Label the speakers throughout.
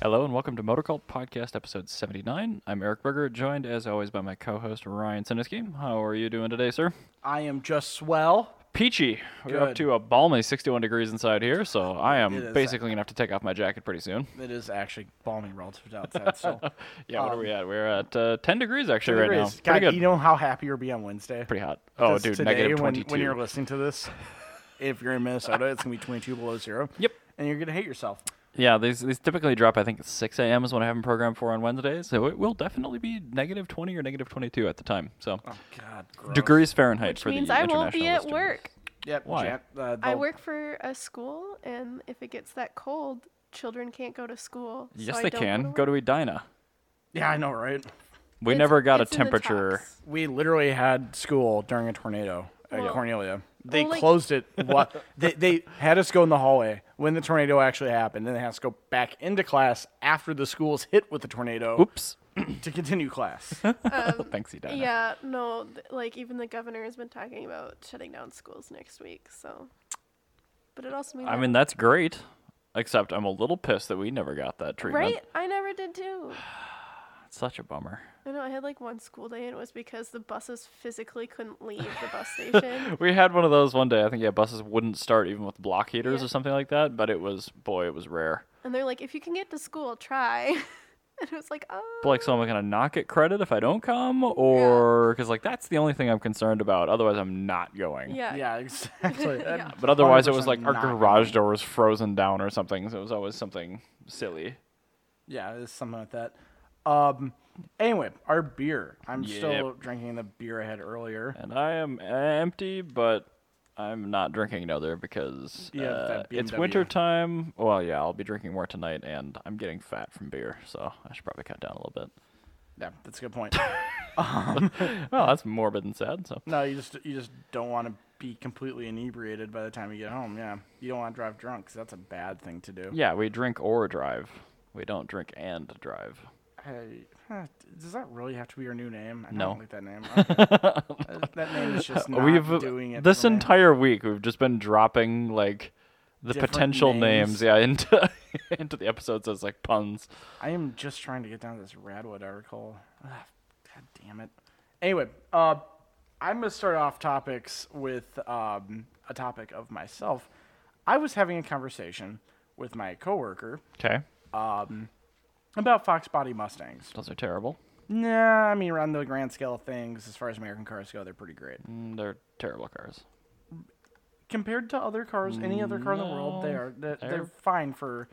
Speaker 1: Hello and welcome to Motor Cult Podcast, episode 79. I'm Eric Berger, joined as always by my co host Ryan Sinisky. How are you doing today, sir?
Speaker 2: I am just swell.
Speaker 1: Peachy. We're up
Speaker 2: Good.
Speaker 1: to a balmy 61 degrees inside here, so I
Speaker 2: It
Speaker 1: am
Speaker 2: is.
Speaker 1: basically going to have to take off my jacket pretty soon.
Speaker 2: It is actually balmy relative to outside. So
Speaker 1: Yeah, what are we at? We're at uh, 10 degrees actually right
Speaker 2: Um, Degrees.
Speaker 1: now.
Speaker 2: God,
Speaker 1: Pretty good.
Speaker 2: you know how happy you'll be on Wednesday.
Speaker 1: pretty hot. Oh,
Speaker 2: Because
Speaker 1: dude,
Speaker 2: today,
Speaker 1: negative
Speaker 2: when,
Speaker 1: 22.
Speaker 2: when you're listening to this, if you're in Minnesota, it's gonna be 22 below zero.
Speaker 1: Yep.
Speaker 2: And you're gonna hate yourself.
Speaker 1: Yeah, these these typically drop. I think at 6 a.m. is when I have them programmed for on Wednesdays. So it will definitely be negative 20 or negative 22 at the time. So
Speaker 2: Oh God. Gross.
Speaker 1: degrees Fahrenheit
Speaker 3: Which
Speaker 1: for
Speaker 3: means
Speaker 1: the
Speaker 3: I won't
Speaker 1: international
Speaker 3: be at
Speaker 1: listeners.
Speaker 3: work.
Speaker 2: Yep.
Speaker 1: Why?
Speaker 2: Jan- uh,
Speaker 3: I
Speaker 2: they'll-
Speaker 3: work for a school, and if it gets that cold, children can't go to school. so
Speaker 1: Yes,
Speaker 3: I
Speaker 1: they
Speaker 3: don't
Speaker 1: can.
Speaker 3: Go
Speaker 1: Go
Speaker 3: to.
Speaker 1: to Edina.
Speaker 2: Yeah, I know, right?
Speaker 1: We
Speaker 3: It's-
Speaker 1: never got a
Speaker 3: it's in the
Speaker 1: temperature.
Speaker 3: talks.
Speaker 2: We literally had school during a tornado at
Speaker 3: Well-
Speaker 2: Cornelia. They
Speaker 3: Well, like-
Speaker 2: closed it. What they, they had us go in the hallway when the tornado actually happened. Then they had us go back into class after the school's hit with the tornado
Speaker 1: Oops.
Speaker 2: to continue class.
Speaker 1: Thanks, Edina.
Speaker 3: Yeah, no, th- like even the governor has been talking about shutting down schools next week. So, but it also means
Speaker 1: I
Speaker 3: that-
Speaker 1: mean, that's great. Except I'm a little pissed that we never got that treatment.
Speaker 3: right? I never did too.
Speaker 1: It's such a bummer.
Speaker 3: I know I had like one school day, and it was because the buses physically couldn't leave the bus station.
Speaker 1: We had one of those one day. I think yeah, buses wouldn't start even with block heaters
Speaker 3: Yeah.
Speaker 1: or something like that. But it was boy, it was rare.
Speaker 3: And they're like, if you can get to school, try. and it was like, oh.
Speaker 1: But like, so am I gonna not get credit if I don't come, or because like that's the only thing I'm concerned about. Otherwise, I'm not going.
Speaker 3: Yeah.
Speaker 2: Yeah, exactly. That-
Speaker 3: Yeah.
Speaker 1: But otherwise, it was
Speaker 2: 100%
Speaker 1: like our
Speaker 2: not
Speaker 1: garage door was frozen down or something. So it was always something silly.
Speaker 2: Yeah, it's something like that. Um. Anyway, our beer. I'm still drinking the beer I had earlier.
Speaker 1: And I am uh, empty, but I'm not drinking another because
Speaker 2: You have
Speaker 1: uh,
Speaker 2: that
Speaker 1: it's
Speaker 2: BMW.
Speaker 1: winter time. Well, yeah, I'll be drinking more tonight, and I'm getting fat from beer, so I should probably cut down a little bit.
Speaker 2: Yeah, that's a good point.
Speaker 1: Well, that's morbid and sad. So
Speaker 2: no, you just you just don't want to be completely inebriated by the time you get home. Yeah, you don't want to drive drunk 'cause that's a bad thing to do.
Speaker 1: yeah, we drink or drive. We don't drink and drive.
Speaker 2: Hey, huh, does that really have to be your new name? I
Speaker 1: No.
Speaker 2: don't like that name. Okay. Uh, that name is just not
Speaker 1: we've
Speaker 2: doing it.
Speaker 1: this
Speaker 2: for me.
Speaker 1: entire week we've just been dropping like the
Speaker 2: Different
Speaker 1: potential names.
Speaker 2: names.
Speaker 1: yeah, into into the episodes as like puns.
Speaker 2: I am just trying to get down to this Radwood article. Ugh, God damn it. Anyway, uh, I'm going to start off topics with um, a topic of myself. I was having a conversation with my coworker um,
Speaker 1: Okay,
Speaker 2: about Fox Body Mustangs.
Speaker 1: those are terrible.
Speaker 2: Nah, I mean, on the grand scale of things, as far as American cars go, they're pretty great.
Speaker 1: Mm, They're terrible cars.
Speaker 2: Compared to other cars, any other car in the world, they
Speaker 1: No,
Speaker 2: are, they're,
Speaker 1: they're-
Speaker 2: they're fine for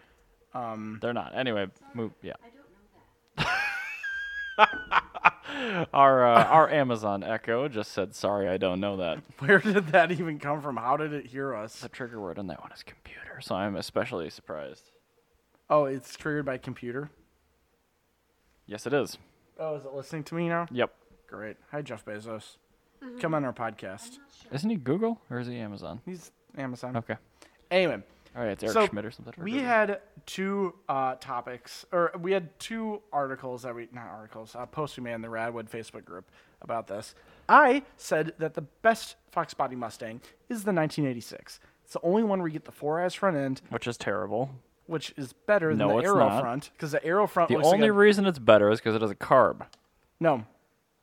Speaker 2: um,
Speaker 1: They're not. Anyway, move. Yeah. our uh, our Amazon Echo just said, "Sorry, I don't know that."
Speaker 2: where did that even come from? How did it hear us?
Speaker 1: The trigger word on that one is computer, so I'm especially surprised.
Speaker 2: Oh, it's triggered by computer.
Speaker 1: Yes, it is.
Speaker 2: Oh, is it listening to me now?
Speaker 1: Yep.
Speaker 2: Great. Hi, Jeff Bezos. Come on our podcast.
Speaker 1: Isn't he Google or is he Amazon?
Speaker 2: He's Amazon.
Speaker 1: Okay.
Speaker 2: Anyway,
Speaker 1: All right, it's Eric
Speaker 2: So,
Speaker 1: Schmidt or something.
Speaker 2: we had two uh, topics, or we had two articles that we, not articles, uh, posts we made in the Radwood Facebook group about this. I said that the best Fox Body Mustang is the 1986. It's the only one where you get the four eyes front end,
Speaker 1: which is terrible.
Speaker 2: which is better than
Speaker 1: No,
Speaker 2: the
Speaker 1: it's
Speaker 2: arrow
Speaker 1: not.
Speaker 2: front because the arrow front
Speaker 1: The
Speaker 2: looks
Speaker 1: only
Speaker 2: like a,
Speaker 1: reason it's better is because it has a carb.
Speaker 2: no.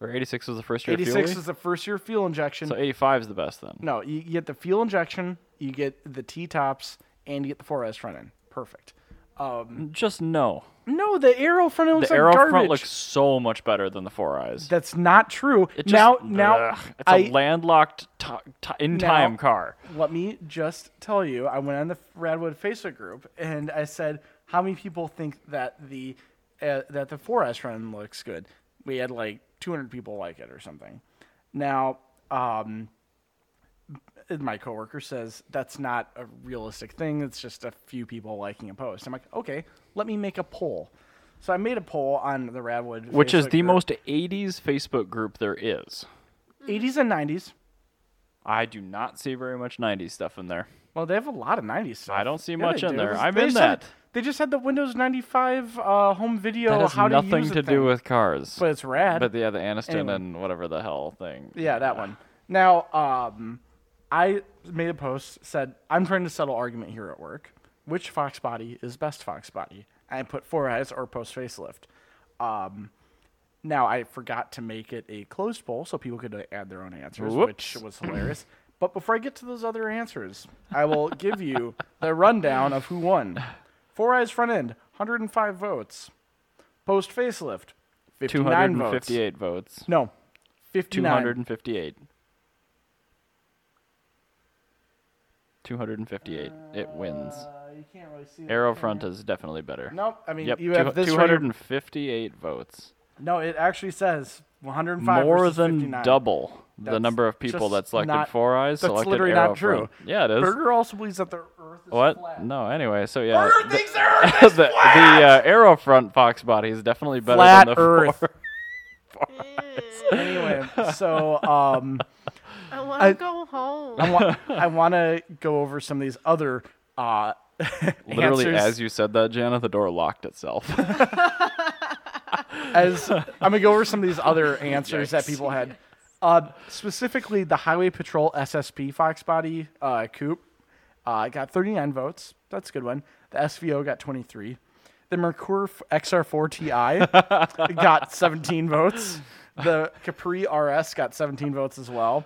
Speaker 1: Or 86 was the first year.
Speaker 2: 86
Speaker 1: fuelie?
Speaker 2: is the first year fuel injection.
Speaker 1: so 85 is the best then.
Speaker 2: No, you get the fuel injection, you get the T tops, and you get the 4S front end. Perfect. Um,
Speaker 1: Just no.
Speaker 2: no, the arrow front end
Speaker 1: The
Speaker 2: looks like
Speaker 1: arrow
Speaker 2: garbage.
Speaker 1: front looks so much better than the four eyes.
Speaker 2: That's not true.
Speaker 1: It just-
Speaker 2: now, now,
Speaker 1: Ugh, it's a
Speaker 2: I
Speaker 1: landlocked ti ti- in
Speaker 2: Now-
Speaker 1: time car.
Speaker 2: let me just tell you. I went on the Radwood Facebook group and I said, "How many people think that the uh, that the 4S front end looks good?" We had like 200 people like it or something. Now, um, And my coworker says that's not a realistic thing. It's just a few people liking a post. I'm like, okay, let me make a poll. So I made a poll on the Radwood,
Speaker 1: Which is
Speaker 2: Facebook
Speaker 1: the
Speaker 2: group.
Speaker 1: most 80s Facebook group there is.
Speaker 2: 80s and 90s.
Speaker 1: I do not see very much 90s stuff in there.
Speaker 2: Well, they have a lot of 90s stuff.
Speaker 1: I don't see
Speaker 2: Yeah,
Speaker 1: much
Speaker 2: they
Speaker 1: in
Speaker 2: do.
Speaker 1: there.
Speaker 2: They
Speaker 1: I'm
Speaker 2: just
Speaker 1: in
Speaker 2: had-
Speaker 1: that.
Speaker 2: They just had the Windows 95 uh, home video.
Speaker 1: That has
Speaker 2: how to
Speaker 1: nothing
Speaker 2: use
Speaker 1: to
Speaker 2: it
Speaker 1: do
Speaker 2: thing.
Speaker 1: with cars.
Speaker 2: But it's rad.
Speaker 1: But yeah, the Aniston
Speaker 2: Anyway.
Speaker 1: and whatever the hell thing.
Speaker 2: Yeah, that one. Now, um, I made a post said I'm trying to settle argument here at work. Which fox body is best fox body? And I put four eyes or post facelift. Um, now I forgot to make it a closed poll so people could uh, add their own answers,
Speaker 1: Whoops.
Speaker 2: which was hilarious. But before I get to those other answers, I will give you the rundown of who won. Four eyes front end, 105 votes. Post facelift, 59 votes.
Speaker 1: 258 votes.
Speaker 2: No, 59.
Speaker 1: 258. 258. It wins.
Speaker 2: Uh, you can't really see that.
Speaker 1: Aerofront is definitely better.
Speaker 2: Nope. I mean,
Speaker 1: Yep.
Speaker 2: you
Speaker 1: two-
Speaker 2: have this. right here.
Speaker 1: 258 votes.
Speaker 2: No, it actually says 105
Speaker 1: More
Speaker 2: versus
Speaker 1: than
Speaker 2: 59.
Speaker 1: double the
Speaker 2: That's
Speaker 1: number of people
Speaker 2: just
Speaker 1: that selected
Speaker 2: not-
Speaker 1: Four Eyes
Speaker 2: that's
Speaker 1: selected
Speaker 2: literally
Speaker 1: Arrow
Speaker 2: not true.
Speaker 1: Front. Yeah, it is.
Speaker 2: Berger also believes that the Earth is
Speaker 1: what? uh,
Speaker 2: flat.
Speaker 1: No. Anyway, so yeah.
Speaker 2: Berger
Speaker 1: the-
Speaker 2: thinks the Earth
Speaker 1: the, the uh, Aerofront Fox body is definitely better
Speaker 2: flat
Speaker 1: than the
Speaker 2: Earth.
Speaker 1: Four.
Speaker 2: anyway, so um,
Speaker 3: I want to go home.
Speaker 2: I want I want to go over some of these other uh,
Speaker 1: Literally,
Speaker 2: answers
Speaker 1: as you said that, Jana, the door locked itself.
Speaker 2: as I'm gonna go over some of these other answers that people had. Uh, specifically, the Highway Patrol SSP Fox Body uh, Coupe uh, got 39 votes. That's a good one. The SVO got 23. The Mercure f- XR4 Ti got 17 votes. The Capri RS got 17 votes as well.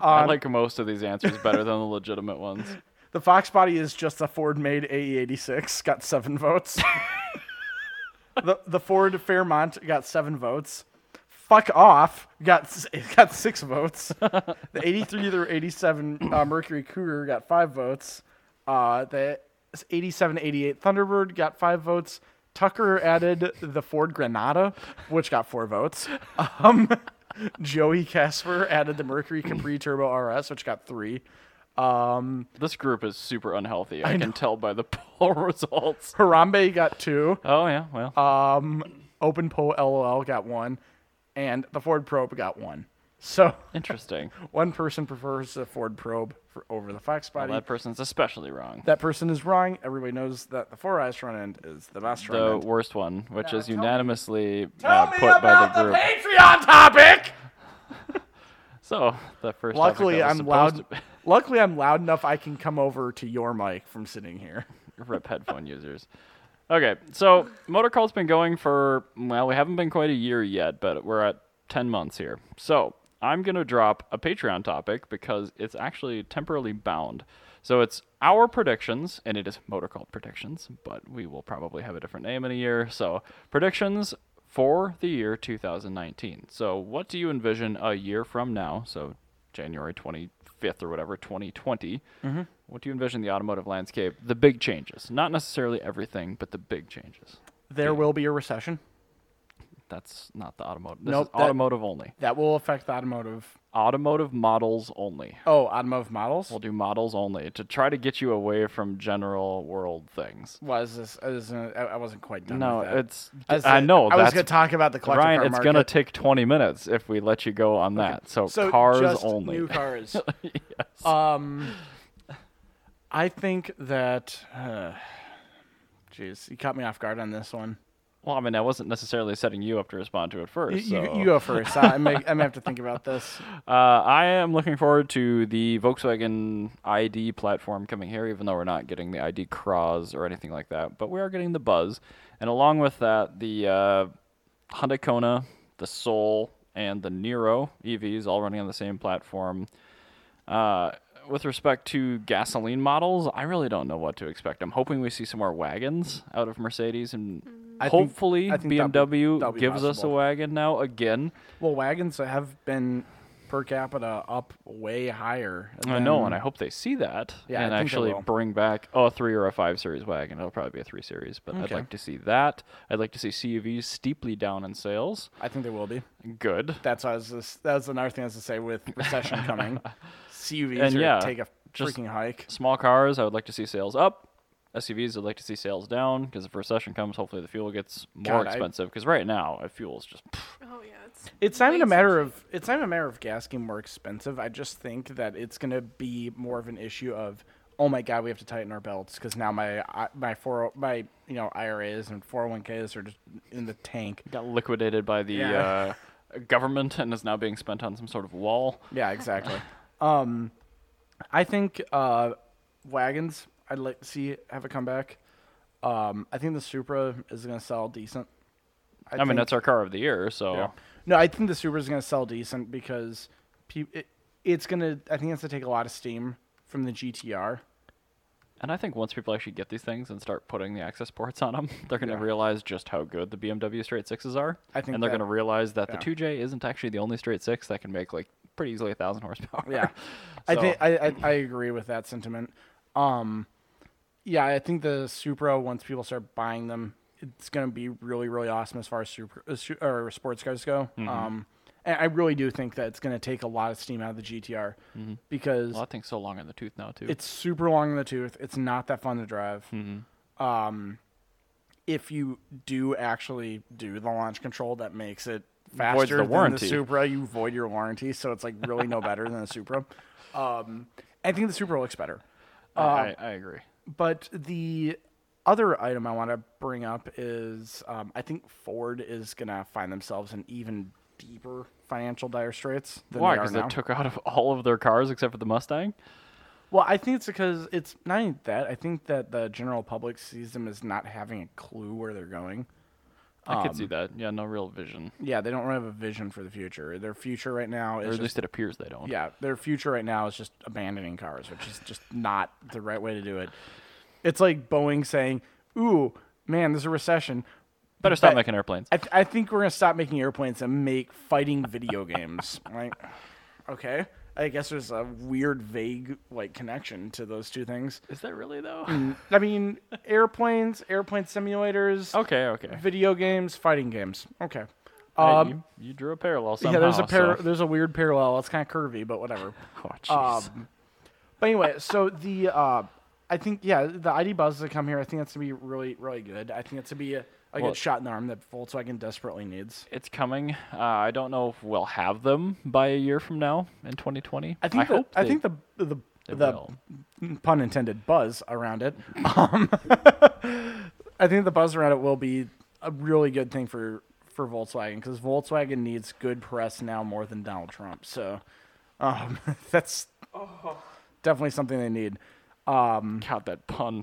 Speaker 1: I
Speaker 2: Um,
Speaker 1: like most of these answers better than the legitimate ones.
Speaker 2: The Fox body is just a Ford made AE86, got seven votes. the the Ford Fairmont got seven votes. Fuck off got s- got six votes. the 83 through 87 uh, Mercury Cougar got five votes. Uh, the 87 88 Thunderbird got five votes. Tucker added the Ford Granada, which got four votes. Um, Joey Casper added the Mercury Capri Turbo RS, which got three. Um,
Speaker 1: This group is super unhealthy. I, can tell by the poll results.
Speaker 2: Harambe got two.
Speaker 1: Oh yeah, well,
Speaker 2: Um, Open Poll LOL got one, and the Ford Probe got one. So
Speaker 1: interesting.
Speaker 2: one person prefers the Ford Probe for, over the Fox Body.
Speaker 1: That person's especially wrong.
Speaker 2: that person is wrong. Everybody knows that the Four Eyes front end is the best front
Speaker 1: The
Speaker 2: end.
Speaker 1: worst one, which
Speaker 2: Now,
Speaker 1: is
Speaker 2: Uh, tell me-
Speaker 1: unanimously
Speaker 2: Tell
Speaker 1: uh,
Speaker 2: me
Speaker 1: put by
Speaker 2: about
Speaker 1: the
Speaker 2: the,
Speaker 1: group.
Speaker 2: Patreon topic.
Speaker 1: So the first. topic
Speaker 2: Luckily,
Speaker 1: that was
Speaker 2: I'm
Speaker 1: supposed
Speaker 2: loud. Luckily, I'm loud enough. I can come over to your mic from sitting here.
Speaker 1: To rip headphone users. Okay, so Motorcall's been going for well, we haven't been quite a year yet, but we're at ten months here. So I'm gonna drop a Patreon topic because it's actually temporarily bound. So it's our predictions, and it is Motorcall predictions, but we will probably have a different name in a year. So predictions for the year 2019. So what do you envision a year from now? So January 25th or whatever, 2020.
Speaker 2: Mm-hmm.
Speaker 1: What do you envision the automotive landscape? The big changes, not necessarily everything, but the big changes.
Speaker 2: There will be a recession
Speaker 1: That's not the automotive. This
Speaker 2: Nope,
Speaker 1: is
Speaker 2: that-
Speaker 1: automotive only.
Speaker 2: that will affect the automotive.
Speaker 1: Automotive models only.
Speaker 2: Oh, automotive models.
Speaker 1: We'll do models only to try to get you away from general world things.
Speaker 2: Was this? Is, uh, I I wasn't quite done.
Speaker 1: No,
Speaker 2: with that.
Speaker 1: it's.
Speaker 2: As
Speaker 1: I
Speaker 2: the-
Speaker 1: know
Speaker 2: I was
Speaker 1: that's
Speaker 2: going to talk about the collector
Speaker 1: Ryan.
Speaker 2: car
Speaker 1: It's
Speaker 2: market.
Speaker 1: gonna take 20 minutes if we let you go on that. So,
Speaker 2: so
Speaker 1: cars
Speaker 2: just
Speaker 1: only.
Speaker 2: New cars. Um, I think that. uh, Jeez, you caught me off guard on this one.
Speaker 1: Well, I mean, I wasn't necessarily setting you up to respond to it
Speaker 2: You,
Speaker 1: first.
Speaker 2: you-
Speaker 1: so.
Speaker 2: you go first. I, I, may, I may have to think about this.
Speaker 1: Uh, I am looking forward to the Volkswagen ID platform coming here, even though we're not getting the ID Cross or anything like that, but we are getting the Buzz, and along with that, the uh, Hyundai Kona, the Soul, and the Nero EVs all running on the same platform. Uh, with respect to gasoline models, I really don't know what to expect. I'm hoping we see some more wagons out of Mercedes, and
Speaker 2: Mm. I think-
Speaker 1: hopefully
Speaker 2: I think that'll be-
Speaker 1: BMW
Speaker 2: that'll be
Speaker 1: gives us a
Speaker 2: possible.
Speaker 1: wagon now again.
Speaker 2: Well, wagons have been per capita up way higher.
Speaker 1: I know, and I hope they see that
Speaker 2: Um, Yeah, I
Speaker 1: and
Speaker 2: think they
Speaker 1: actually
Speaker 2: will.
Speaker 1: bring back oh, a three or a five series wagon. It'll probably be a three series, but I'd
Speaker 2: Okay.
Speaker 1: like to see that. I'd like to see CUVs steeply down in sales.
Speaker 2: I think they will be.
Speaker 1: Good.
Speaker 2: That's what I was. Just, that was another thing I was to say with recession coming. CUVs
Speaker 1: And
Speaker 2: are
Speaker 1: yeah,
Speaker 2: take a
Speaker 1: just-
Speaker 2: freaking hike.
Speaker 1: Small cars, I would like to see sales up. SUVs, I'd like to see sales down because if recession comes, hopefully the fuel gets more
Speaker 2: God, I-
Speaker 1: expensive. Because right now, uh, fuel is just
Speaker 3: oh yeah, it's.
Speaker 2: It's not even
Speaker 3: way
Speaker 2: a matter of it's not even a matter of gas getting more expensive. I just think that it's going to be more of an issue of oh my god, we have to tighten our belts because now my I- my four my you know IRAs and 401ks are just in the tank.
Speaker 1: Got liquidated by the
Speaker 2: Yeah.
Speaker 1: uh, government and is now being spent on some sort of wall.
Speaker 2: Yeah, exactly. um, I think uh, wagons I'd like to see have a comeback. Um, I think the Supra is going to sell decent.
Speaker 1: I, mean, that's our car of the year, so
Speaker 2: Yeah. No, I think the Supra is going to sell decent because peop it, it's going to. I think it's going to take a lot of steam from the GTR.
Speaker 1: And I think once people actually get these things and start putting the access ports on them, they're going to
Speaker 2: Yeah.
Speaker 1: realize just how good the BMW straight sixes are.
Speaker 2: I think
Speaker 1: and they're
Speaker 2: that-
Speaker 1: going to realize that
Speaker 2: yeah.
Speaker 1: the 2J isn't actually the only straight six that can make like pretty easily a thousand horsepower.
Speaker 2: Yeah, I
Speaker 1: So-
Speaker 2: think I, I I agree with that sentiment. Um, yeah, I think the Supra once people start buying them, it's gonna be really really awesome as far as super uh, su- or sports cars go.
Speaker 1: Mm-hmm.
Speaker 2: Um, and I really do think that it's gonna take a lot of steam out of the GTR
Speaker 1: Mm-hmm.
Speaker 2: because
Speaker 1: Well, that thing's so long in the tooth now too.
Speaker 2: it's super long in the tooth. It's not that fun to drive.
Speaker 1: Mm-hmm.
Speaker 2: Um, if you do actually do the launch control, that makes it
Speaker 1: Voids the
Speaker 2: faster than the
Speaker 1: warranty.
Speaker 2: Supra. You void your warranty, so it's like really no better than the Supra. Um, I think the Supra looks better.
Speaker 1: I,
Speaker 2: um,
Speaker 1: I, I agree.
Speaker 2: But the other item I want to bring up is um, I think Ford is gonna find themselves in even deeper financial dire straits than
Speaker 1: Why?
Speaker 2: they are
Speaker 1: Because they,
Speaker 2: now.
Speaker 1: took out of all of their cars except for the Mustang.
Speaker 2: Well, I think it's because it's not even that. I think that the general public sees them as not having a clue where they're going.
Speaker 1: I could
Speaker 2: Um,
Speaker 1: see that. Yeah, no real vision,
Speaker 2: Yeah, they don't really have a vision for the future. Their future right now
Speaker 1: or
Speaker 2: is
Speaker 1: at
Speaker 2: just,
Speaker 1: least it appears they don't.
Speaker 2: yeah, their future right now is just abandoning cars, which is just not the right way to do it. It's like Boeing saying, "Ooh, man, there's a recession.
Speaker 1: Better stop
Speaker 2: But-
Speaker 1: making airplanes.
Speaker 2: I, th- I think we're gonna stop making airplanes and make fighting video games." I'm Like, okay, I guess there's a weird, vague like connection to those two things.
Speaker 1: Is that really though?
Speaker 2: I mean, airplanes, airplane simulators,
Speaker 1: okay, okay.
Speaker 2: video games, fighting games. Okay.
Speaker 1: Hey,
Speaker 2: Um,
Speaker 1: you, you drew a parallel somehow.
Speaker 2: yeah, there's a par-
Speaker 1: so-
Speaker 2: there's a weird parallel. It's kind of curvy, but whatever.
Speaker 1: Oh, jeez.
Speaker 2: Um, but anyway, so the uh, I think yeah, the ID Buzz that come here, I think that's gonna be really really good. I think it's gonna be a, a
Speaker 1: Well-
Speaker 2: good shot in the arm that Volkswagen desperately needs.
Speaker 1: it's coming. Uh, I don't know if we'll have them by a year from now in 2020.
Speaker 2: I think the,
Speaker 1: hope
Speaker 2: I
Speaker 1: they-
Speaker 2: think the the
Speaker 1: they
Speaker 2: the
Speaker 1: will.
Speaker 2: pun intended buzz around it. Um, I think the buzz around it will be a really good thing for for Volkswagen because Volkswagen needs good press now more than Donald Trump. So um, that's definitely something they need. Um,
Speaker 1: God, that pun.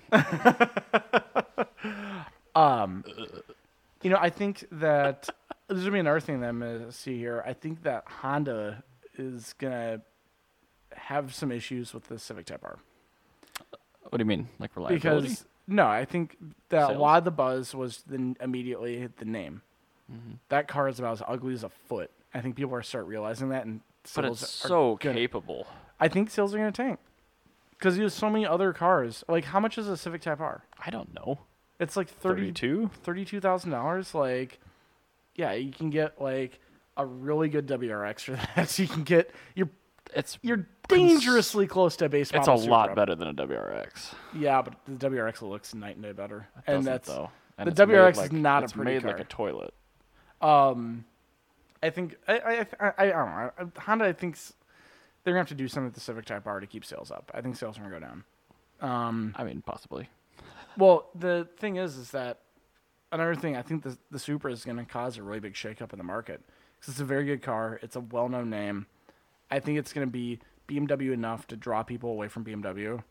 Speaker 2: you know, I think that there's gonna be another thing that I'm gonna see here. I think that Honda is gonna have some issues with the Civic Type R.
Speaker 1: what do you mean, like reliability?
Speaker 2: because no, I think that a
Speaker 1: Sales?
Speaker 2: lot of the buzz was the n- immediately the name.
Speaker 1: Mm-hmm.
Speaker 2: That car is about as ugly as a foot. I think people are gonna start realizing that, and
Speaker 1: but
Speaker 2: sales
Speaker 1: it's
Speaker 2: are
Speaker 1: so
Speaker 2: gonna-
Speaker 1: capable.
Speaker 2: I think sales are going to tank because there's so many other cars. Like, how much is a Civic Type R?
Speaker 1: I don't know.
Speaker 2: It's like 30,
Speaker 1: 32.
Speaker 2: thirty-two thousand dollars. Like, yeah, you can get like a really good WRX for that. you can get you're
Speaker 1: It's
Speaker 2: you're dangerously close to a base
Speaker 1: it's a
Speaker 2: model Supra.
Speaker 1: lot better than a WRX.
Speaker 2: Yeah, but the WRX looks night and day better,
Speaker 1: It doesn't,
Speaker 2: and that's
Speaker 1: though.
Speaker 2: the
Speaker 1: it's made
Speaker 2: WRX is not a
Speaker 1: it's
Speaker 2: pretty
Speaker 1: made
Speaker 2: car.
Speaker 1: like a toilet.
Speaker 2: Um, I think I I I, I, I don't know. I- Honda, I think s- they're gonna have to do something with the Civic Type R to keep sales up. I think sales are gonna go down. Um,
Speaker 1: I mean, possibly.
Speaker 2: well, the thing is, is that another thing. I think the the Supra is gonna cause a really big shakeup in the market because it's a very good car. It's a well known name. I think it's gonna be BMW enough to draw people away from BMW,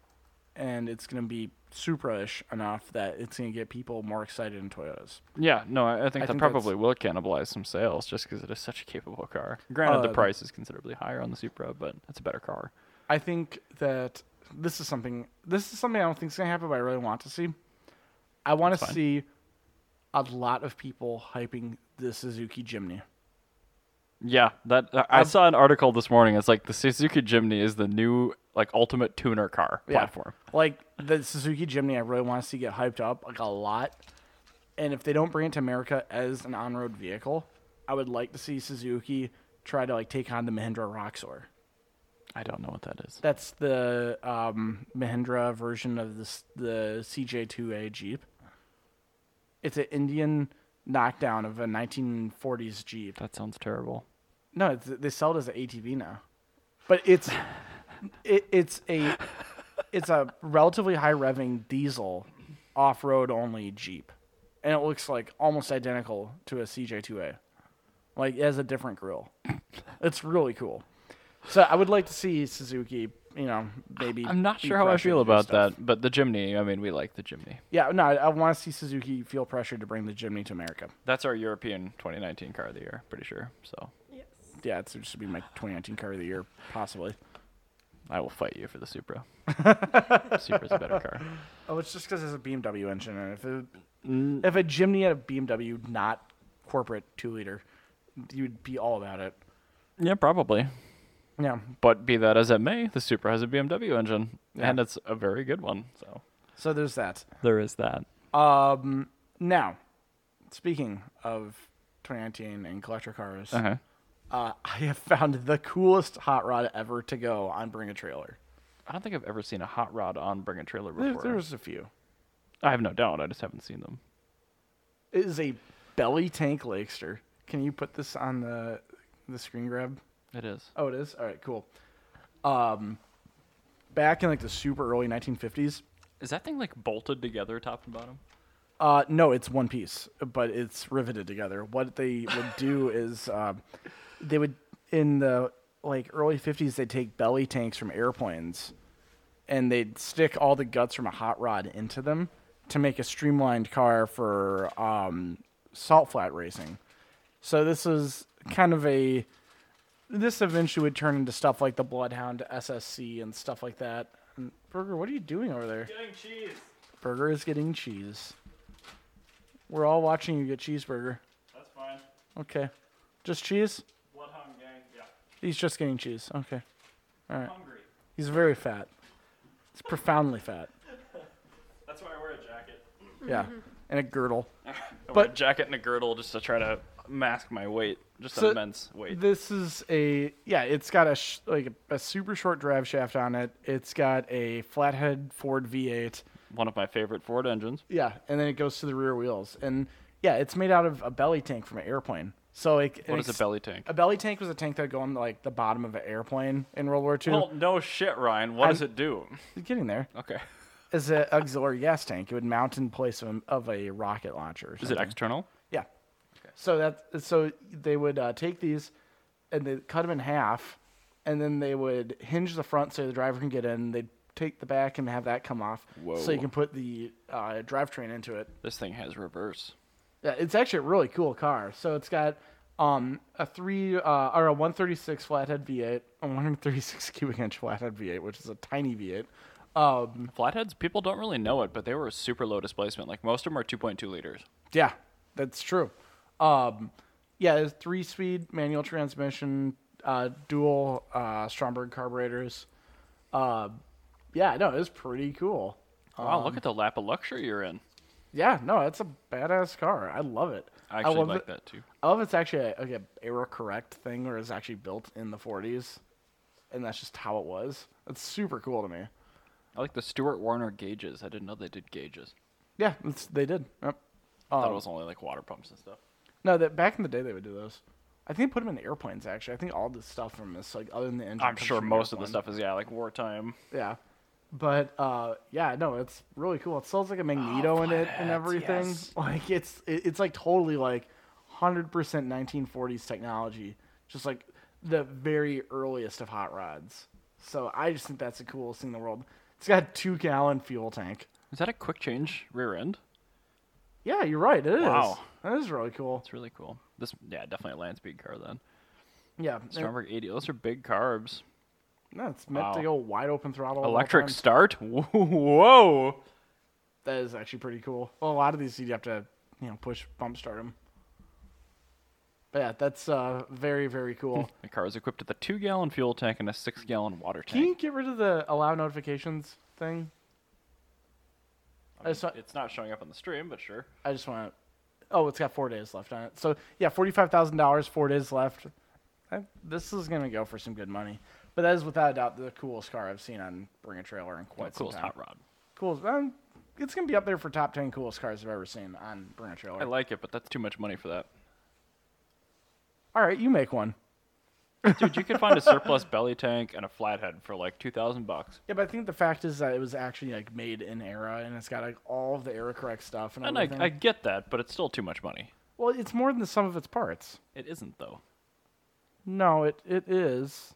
Speaker 2: and it's gonna be Supra-ish enough that it's gonna get people more excited in Toyotas.
Speaker 1: Yeah, no, I I think
Speaker 2: I
Speaker 1: that
Speaker 2: think that's-
Speaker 1: probably will cannibalize some sales just because it is such a capable car. Granted, the
Speaker 2: Uh,
Speaker 1: price is considerably higher on the Supra, but it's a better car.
Speaker 2: I think that this is something. This is something I don't think is gonna happen, but I really want to see. I want
Speaker 1: That's
Speaker 2: to
Speaker 1: fine.
Speaker 2: see a lot of people hyping the Suzuki Jimny.
Speaker 1: Yeah, that uh, I-
Speaker 2: Um,
Speaker 1: I saw an article this morning. It's like the Suzuki Jimny is the new like ultimate tuner car platform.
Speaker 2: like the Suzuki Jimny. I really want to see get hyped up like a lot. And if they don't bring it to America as an on-road vehicle, I would like to see Suzuki try to like take on the Mahindra Roxor.
Speaker 1: I don't know what that is.
Speaker 2: That's the um, Mahindra version of this, the CJ2A Jeep. It's an Indian knockdown of a 1940s Jeep.
Speaker 1: That sounds terrible.
Speaker 2: No, it's, they sell it as an ATV now, but it's it, it's a it's a relatively high revving diesel off road only Jeep. And it looks like almost identical to a CJ2A. Like it has a different grill. It's really cool. So I would like to see Suzuki, you know, maybe
Speaker 1: I'm not
Speaker 2: be
Speaker 1: sure how I
Speaker 2: pressured
Speaker 1: feel
Speaker 2: to do
Speaker 1: about
Speaker 2: stuff.
Speaker 1: that, but the Jimny, I mean, we like the Jimny.
Speaker 2: Yeah, no, I, I want to see Suzuki feel pressure to bring the Jimny to America.
Speaker 1: That's our European 2019 car of the year, pretty sure. So
Speaker 3: Yes.
Speaker 2: Yeah, it's just be my 2019 car of the year, possibly.
Speaker 1: I will fight you for the Supra. Supra's a better car.
Speaker 2: Oh, it's just because it's a BMW engine, and if it, if a Jimny had a BMW, not corporate two liter, you'd be all about it.
Speaker 1: Yeah, probably.
Speaker 2: Yeah.
Speaker 1: But be that as it may, the Supra has a BMW engine,
Speaker 2: Yeah.
Speaker 1: and it's a very good one. So
Speaker 2: So there's that.
Speaker 1: there is that.
Speaker 2: Um, now, speaking of 2019 and collector cars,
Speaker 1: Uh-huh.
Speaker 2: uh, I have found the coolest hot rod ever to go on Bring a Trailer.
Speaker 1: I don't think I've ever seen a hot rod on Bring a Trailer
Speaker 2: There,
Speaker 1: before.
Speaker 2: there's a few.
Speaker 1: I have no doubt. I just haven't seen them.
Speaker 2: It is a belly tank Lakester. Can you put this on the the screen grab?
Speaker 1: It is.
Speaker 2: Oh, it is. All right, cool. Um, back in like the super early 1950s.
Speaker 1: Is that thing like bolted together top and bottom?
Speaker 2: Uh, no, it's one piece, but it's riveted together. What they would do is, um, they would in the like early 50s they'd take belly tanks from airplanes, and they'd stick all the guts from a hot rod into them to make a streamlined car for um, salt flat racing. So this is kind of a this eventually would turn into stuff like the Bloodhound SSC and stuff like that. And Burger, what are you doing over there?
Speaker 1: Getting cheese.
Speaker 2: Burger is getting cheese. We're all watching you get cheeseburger.
Speaker 1: That's fine.
Speaker 2: Okay. Just cheese?
Speaker 1: Bloodhound gang. Yeah.
Speaker 2: He's just getting cheese. Okay.
Speaker 1: Hungry.
Speaker 2: He's very fat. He's profoundly fat.
Speaker 1: That's why I wear a jacket.
Speaker 2: Yeah. And a girdle.
Speaker 1: I wear a
Speaker 2: But-
Speaker 1: jacket and a girdle just to try to mask my weight, just
Speaker 2: So-
Speaker 1: immense weight.
Speaker 2: This is a yeah, it's got a sh- like a, a super short drive shaft on it. It's got a flathead Ford V8.
Speaker 1: One of my favorite Ford engines.
Speaker 2: Yeah, and then it goes to the rear wheels. And yeah, it's made out of a belly tank from an airplane. So like an
Speaker 1: What is a
Speaker 2: ex-
Speaker 1: belly tank?
Speaker 2: A belly tank was a tank that would go on like the bottom of an airplane in World War II.
Speaker 1: Well, no shit, Ryan. What does
Speaker 2: I'm-
Speaker 1: it do?
Speaker 2: You're getting there.
Speaker 1: Okay.
Speaker 2: Is an auxiliary gas tank. It would mount in place of, of a rocket launcher. or
Speaker 1: Is it
Speaker 2: something.
Speaker 1: external?
Speaker 2: Yeah. So that so they would uh, take these and they cut them in half, and then they would hinge the front so the driver can get in. They'd take the back and have that come off, so
Speaker 1: Whoa.
Speaker 2: you can put the uh, drivetrain into it.
Speaker 1: This thing has reverse.
Speaker 2: Yeah, it's actually a really cool car. So it's got um, a three uh, or a 136 flathead V8, a 136 cubic inch flathead V8, which is a tiny V8. Um,
Speaker 1: Flatheads, people don't really know it, but they were super low displacement. Like most of them are 2.2 liters.
Speaker 2: Yeah, that's true. Um, yeah, it's three speed manual transmission, uh, dual uh, Stromberg carburetors. Uh, yeah, no, it's pretty cool.
Speaker 1: Wow, look at the lap of luxury you're in.
Speaker 2: Yeah, no, it's a badass car. I love it.
Speaker 1: I actually
Speaker 2: love
Speaker 1: like
Speaker 2: it-
Speaker 1: that too.
Speaker 2: I love it's actually a, like a era correct thing where it's actually built in the 40s, and that's just how it was. It's super cool to me.
Speaker 1: I like the Stuart Warner gauges. I didn't know they did gauges.
Speaker 2: Yeah, it's, they did. Yep.
Speaker 1: I thought
Speaker 2: Um,
Speaker 1: it was only like water pumps and stuff.
Speaker 2: No, that back in the day they would do those. I think they put them in airplanes. Actually, I think all the stuff from this, like other than the engine,
Speaker 1: I'm
Speaker 2: comes
Speaker 1: sure
Speaker 2: from
Speaker 1: most of the
Speaker 2: airplane.
Speaker 1: stuff is yeah, like wartime.
Speaker 2: Yeah. But uh, yeah, no, it's really cool. It still has like a magneto in it and
Speaker 1: Oh,
Speaker 2: everything.
Speaker 1: yes.
Speaker 2: Like it's it, it's like totally like hundred percent nineteen forties technology. Just like the very earliest of hot rods. So I just think that's the coolest thing in the world. It's got a two gallon fuel tank.
Speaker 1: Is that a quick change rear end?
Speaker 2: Yeah, you're right. It is.
Speaker 1: Wow.
Speaker 2: That is really cool.
Speaker 1: It's really cool. This yeah, definitely a land speed car then.
Speaker 2: Yeah.
Speaker 1: Stromberg 80. Those are big carbs.
Speaker 2: No, it's meant to
Speaker 1: Wow.
Speaker 2: go wide open throttle. all the
Speaker 1: Electric
Speaker 2: time.
Speaker 1: start. Whoa.
Speaker 2: That is actually pretty cool. Well, a lot of these you'd have to, you know, push bump start them. But yeah, that's uh, very very cool.
Speaker 1: The car is equipped with a two-gallon fuel tank and a six-gallon water
Speaker 2: Can you
Speaker 1: tank.
Speaker 2: get rid of the allow notifications thing? I just want,
Speaker 1: It's not showing up on the stream, but sure.
Speaker 2: I just want. Oh, it's got four days left on it. So yeah, forty five thousand dollars, four days left. I, this is gonna go for some good money. But that is without a doubt the coolest car I've seen on Bring a Trailer in quite some
Speaker 1: Oh, coolest
Speaker 2: time.
Speaker 1: hot rod.
Speaker 2: Cool. Um, it's gonna be up there for top ten coolest cars I've ever seen on Bring a Trailer.
Speaker 1: I like it, but that's too much money for that.
Speaker 2: All right, you make one.
Speaker 1: Dude, you could find a surplus belly tank and a flathead for like two thousand bucks.
Speaker 2: Yeah, but I think the fact is that it was actually like made in era, and it's got like all of the era correct stuff and
Speaker 1: And I,
Speaker 2: everything.
Speaker 1: I get that, but it's still too much money.
Speaker 2: well, it's more than the sum of its parts.
Speaker 1: It isn't though.
Speaker 2: No, it it is.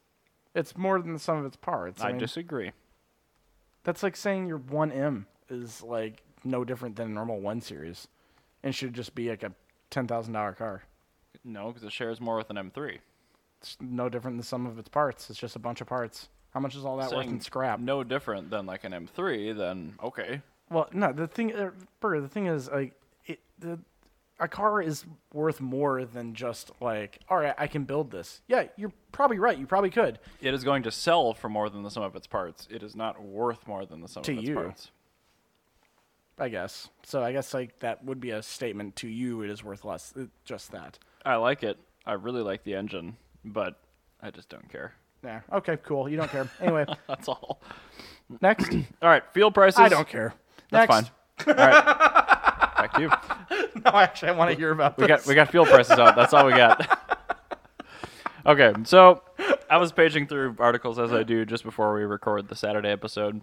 Speaker 2: It's more than the sum of its parts. I,
Speaker 1: I
Speaker 2: mean,
Speaker 1: disagree.
Speaker 2: that's like saying your one M is like no different than a normal one series, and should just be like a ten thousand dollar car.
Speaker 1: No, because it shares more with an M3.
Speaker 2: It's no different than the sum of its parts. It's just a bunch of parts. How much is all that worth
Speaker 1: Saying
Speaker 2: in scrap?
Speaker 1: No different than like an M3. Then okay,
Speaker 2: Well, no, the thing, uh, Burger, the thing is, like, it, the, a car is worth more than just, like, all right, I can build this. Yeah, you're probably right. You probably could.
Speaker 1: it is going to sell for more than the sum of its parts. It is not worth more than the sum
Speaker 2: To
Speaker 1: of its
Speaker 2: you.
Speaker 1: parts.
Speaker 2: I guess. So I guess, like, that would be a statement to you. It is worth less. uh, Just that.
Speaker 1: I like it. I really like the engine, but I just don't care.
Speaker 2: Yeah. Okay, cool. You don't care. Anyway,
Speaker 1: That's all.
Speaker 2: next.
Speaker 1: All right, fuel prices.
Speaker 2: I don't care.
Speaker 1: That's
Speaker 2: next.
Speaker 1: fine. All right, back to you.
Speaker 2: No, actually, I want to hear about
Speaker 1: We
Speaker 2: this.
Speaker 1: got we got fuel prices out. That's all we got. okay, so I was paging through articles as I do just before we record the Saturday episode,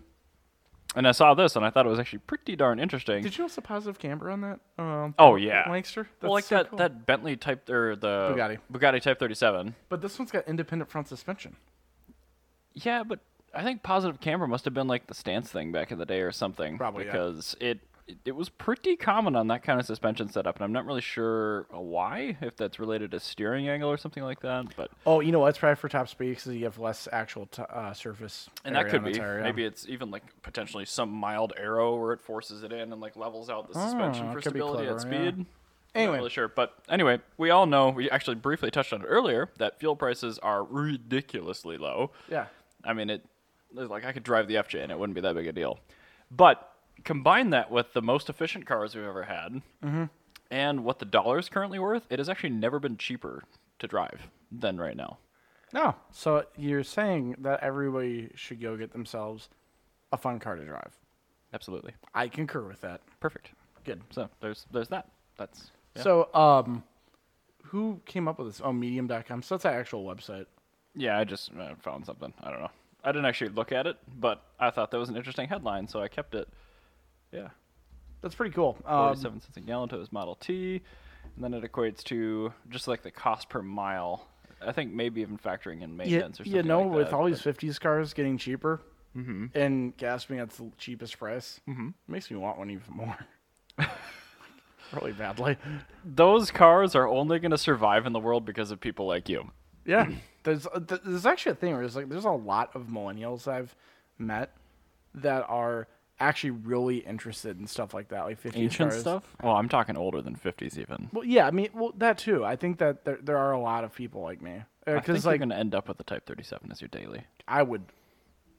Speaker 1: and I saw this and I thought it was actually pretty darn interesting.
Speaker 2: Did you notice the positive camber on that? Um,
Speaker 1: Oh, yeah.
Speaker 2: Lancaster?
Speaker 1: well, like
Speaker 2: That's so
Speaker 1: that
Speaker 2: cool.
Speaker 1: that Bentley Type or the
Speaker 2: Bugatti.
Speaker 1: Bugatti Type 37.
Speaker 2: But this one's got independent front suspension.
Speaker 1: Yeah, but I think positive camber must have been like the stance thing back in the day or something.
Speaker 2: Probably, yeah.
Speaker 1: because it it was pretty common on that kind of suspension setup, and I'm not really sure why, if that's related to steering angle or something like that. But
Speaker 2: Oh, you know what? It's probably for top speed because you have less actual t- uh, surface.
Speaker 1: and that
Speaker 2: area
Speaker 1: could
Speaker 2: on the
Speaker 1: be
Speaker 2: tire, yeah.
Speaker 1: maybe it's even like potentially some mild arrow where it forces it in and like levels out the suspension
Speaker 2: Oh, it
Speaker 1: for
Speaker 2: could be
Speaker 1: stability at
Speaker 2: clever, yeah.
Speaker 1: speed.
Speaker 2: Anyway.
Speaker 1: not really sure, but anyway, we all know we actually briefly touched on it earlier that fuel prices are ridiculously low.
Speaker 2: Yeah.
Speaker 1: I mean, it it's like I could drive the FJ and it wouldn't be that big a deal. But combine that with the most efficient cars we've ever had
Speaker 2: Mm-hmm.
Speaker 1: and what the dollar is currently worth, it has actually never been cheaper to drive than right now.
Speaker 2: No. So you're saying that everybody should go get themselves a fun car to drive.
Speaker 1: Absolutely.
Speaker 2: I concur with that.
Speaker 1: Perfect.
Speaker 2: Good.
Speaker 1: So there's there's that. That's yeah.
Speaker 2: So, um, who came up with this? Oh, medium.com. So that's an actual website.
Speaker 1: yeah, I just uh, found something. I don't know. I didn't actually look at it, but I thought that was an interesting headline, so I kept it. Yeah.
Speaker 2: That's pretty cool. Um,
Speaker 1: 47 cents a gallon to his Model T, and then it equates to just like the cost per mile. I think maybe even factoring in
Speaker 2: you,
Speaker 1: maintenance or something.
Speaker 2: you know,
Speaker 1: like
Speaker 2: with
Speaker 1: that,
Speaker 2: all
Speaker 1: but- Mm-hmm.
Speaker 2: these 50s cars getting cheaper and gas being at the cheapest price, makes me want one even more. really badly.
Speaker 1: those cars are only going to survive in the world because of people like you.
Speaker 2: Yeah, there's uh, th- there's actually a thing where there's like there's a lot of millennials I've met that are actually really interested in stuff like that, like 50s cars.
Speaker 1: Well, I'm talking older than 50s even.
Speaker 2: Well, yeah, I mean, well that too. I think that there there are a lot of people like me
Speaker 1: I think
Speaker 2: because
Speaker 1: you're
Speaker 2: like
Speaker 1: going to end up with a Type 37 as your daily.
Speaker 2: I would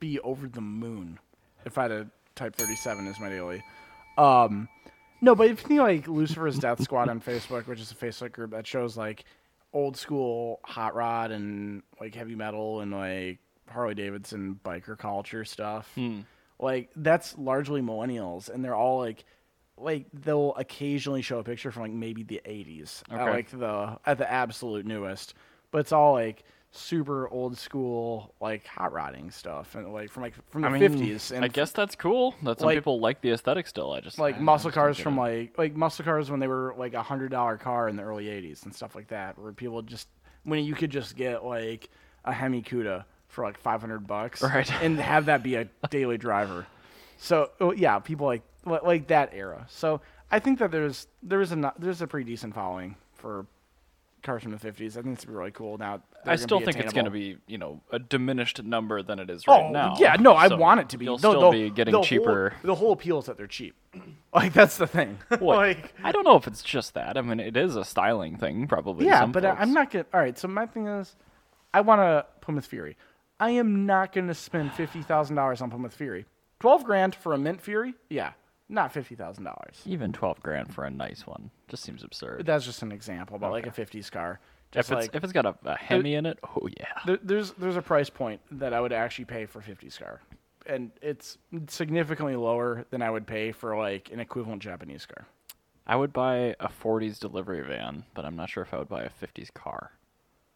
Speaker 2: be over the moon if I had a Type 37 as my daily. Um, no, but if you think like Lucifer's Death Squad on Facebook, which is a Facebook group that shows like old school hot rod and like heavy metal and like Harley Davidson biker culture stuff,
Speaker 1: Hmm.
Speaker 2: like that's largely millennials, and they're all like. Like they'll occasionally show a picture from like maybe the '80s, at,
Speaker 1: Okay.
Speaker 2: like the at the absolute newest, but it's all like super old school like hot rodding stuff and like from like from the 50s and
Speaker 1: I guess that's cool. That some
Speaker 2: like-
Speaker 1: people like the aesthetic still. I just
Speaker 2: like
Speaker 1: I
Speaker 2: muscle
Speaker 1: just don't
Speaker 2: cars
Speaker 1: get
Speaker 2: from
Speaker 1: it.
Speaker 2: like like muscle cars when they were like a hundred dollar car in the early 80s and stuff like that where people just when you could just get like a Hemi Cuda for like 500 bucks
Speaker 1: Right.
Speaker 2: and have that be a daily driver so oh, yeah people like li- like that era so I think that there's there's a no- there's a pretty decent following for cars from the 50s I think it's really cool now
Speaker 1: I still think it's going
Speaker 2: going to
Speaker 1: to be, you know, a diminished number than it is right
Speaker 2: Oh
Speaker 1: now.
Speaker 2: yeah, no, I
Speaker 1: So
Speaker 2: want it to be.
Speaker 1: You'll
Speaker 2: They'll-
Speaker 1: still
Speaker 2: they'll-
Speaker 1: be
Speaker 2: the
Speaker 1: getting
Speaker 2: whole-
Speaker 1: cheaper.
Speaker 2: the whole appeal is that they're cheap. Like that's the thing.
Speaker 1: What?
Speaker 2: like
Speaker 1: I don't know if it's just that. I mean, it is a styling thing, probably. to
Speaker 2: yeah,
Speaker 1: some
Speaker 2: but
Speaker 1: folks.
Speaker 2: I, am not gonna. All right, so my thing is, I want a Plymouth Fury. I am not gonna spend fifty thousand dollars on Plymouth Fury. Twelve grand for a mint Fury? Yeah, not fifty thousand dollars.
Speaker 1: even twelve grand for a nice one. Just seems absurd.
Speaker 2: That's just an example, but like a '50s car.
Speaker 1: If it's
Speaker 2: Just like
Speaker 1: if it's got a, a Hemi in it, oh yeah.
Speaker 2: there, there's there's a price point that I would actually pay for '50s car, and it's significantly lower than I would pay for like an equivalent Japanese car.
Speaker 1: I would buy a '40s delivery van, but I'm not sure if I would buy a '50s car.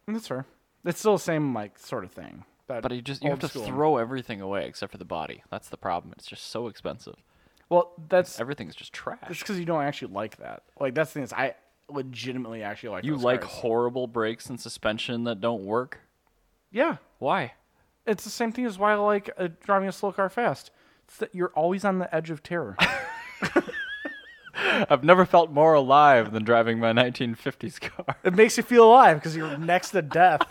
Speaker 2: That's fair. It's still the same like sort of thing.
Speaker 1: But you just you have
Speaker 2: old
Speaker 1: to
Speaker 2: school.
Speaker 1: throw everything away except for the body. That's the problem. It's just so expensive.
Speaker 2: Well, that's
Speaker 1: Everything's just
Speaker 2: that's
Speaker 1: trash.
Speaker 2: because you don't actually like that. Like that's the thing is, I legitimately actually like.
Speaker 1: You
Speaker 2: those
Speaker 1: like
Speaker 2: cars.
Speaker 1: horrible brakes and suspension that don't work?
Speaker 2: yeah.
Speaker 1: Why?
Speaker 2: It's the same thing as why I like uh, driving a slow car fast. It's that you're always on the edge of terror.
Speaker 1: I've never felt more alive than driving my 1950s car.
Speaker 2: it makes you feel alive because you're next to death.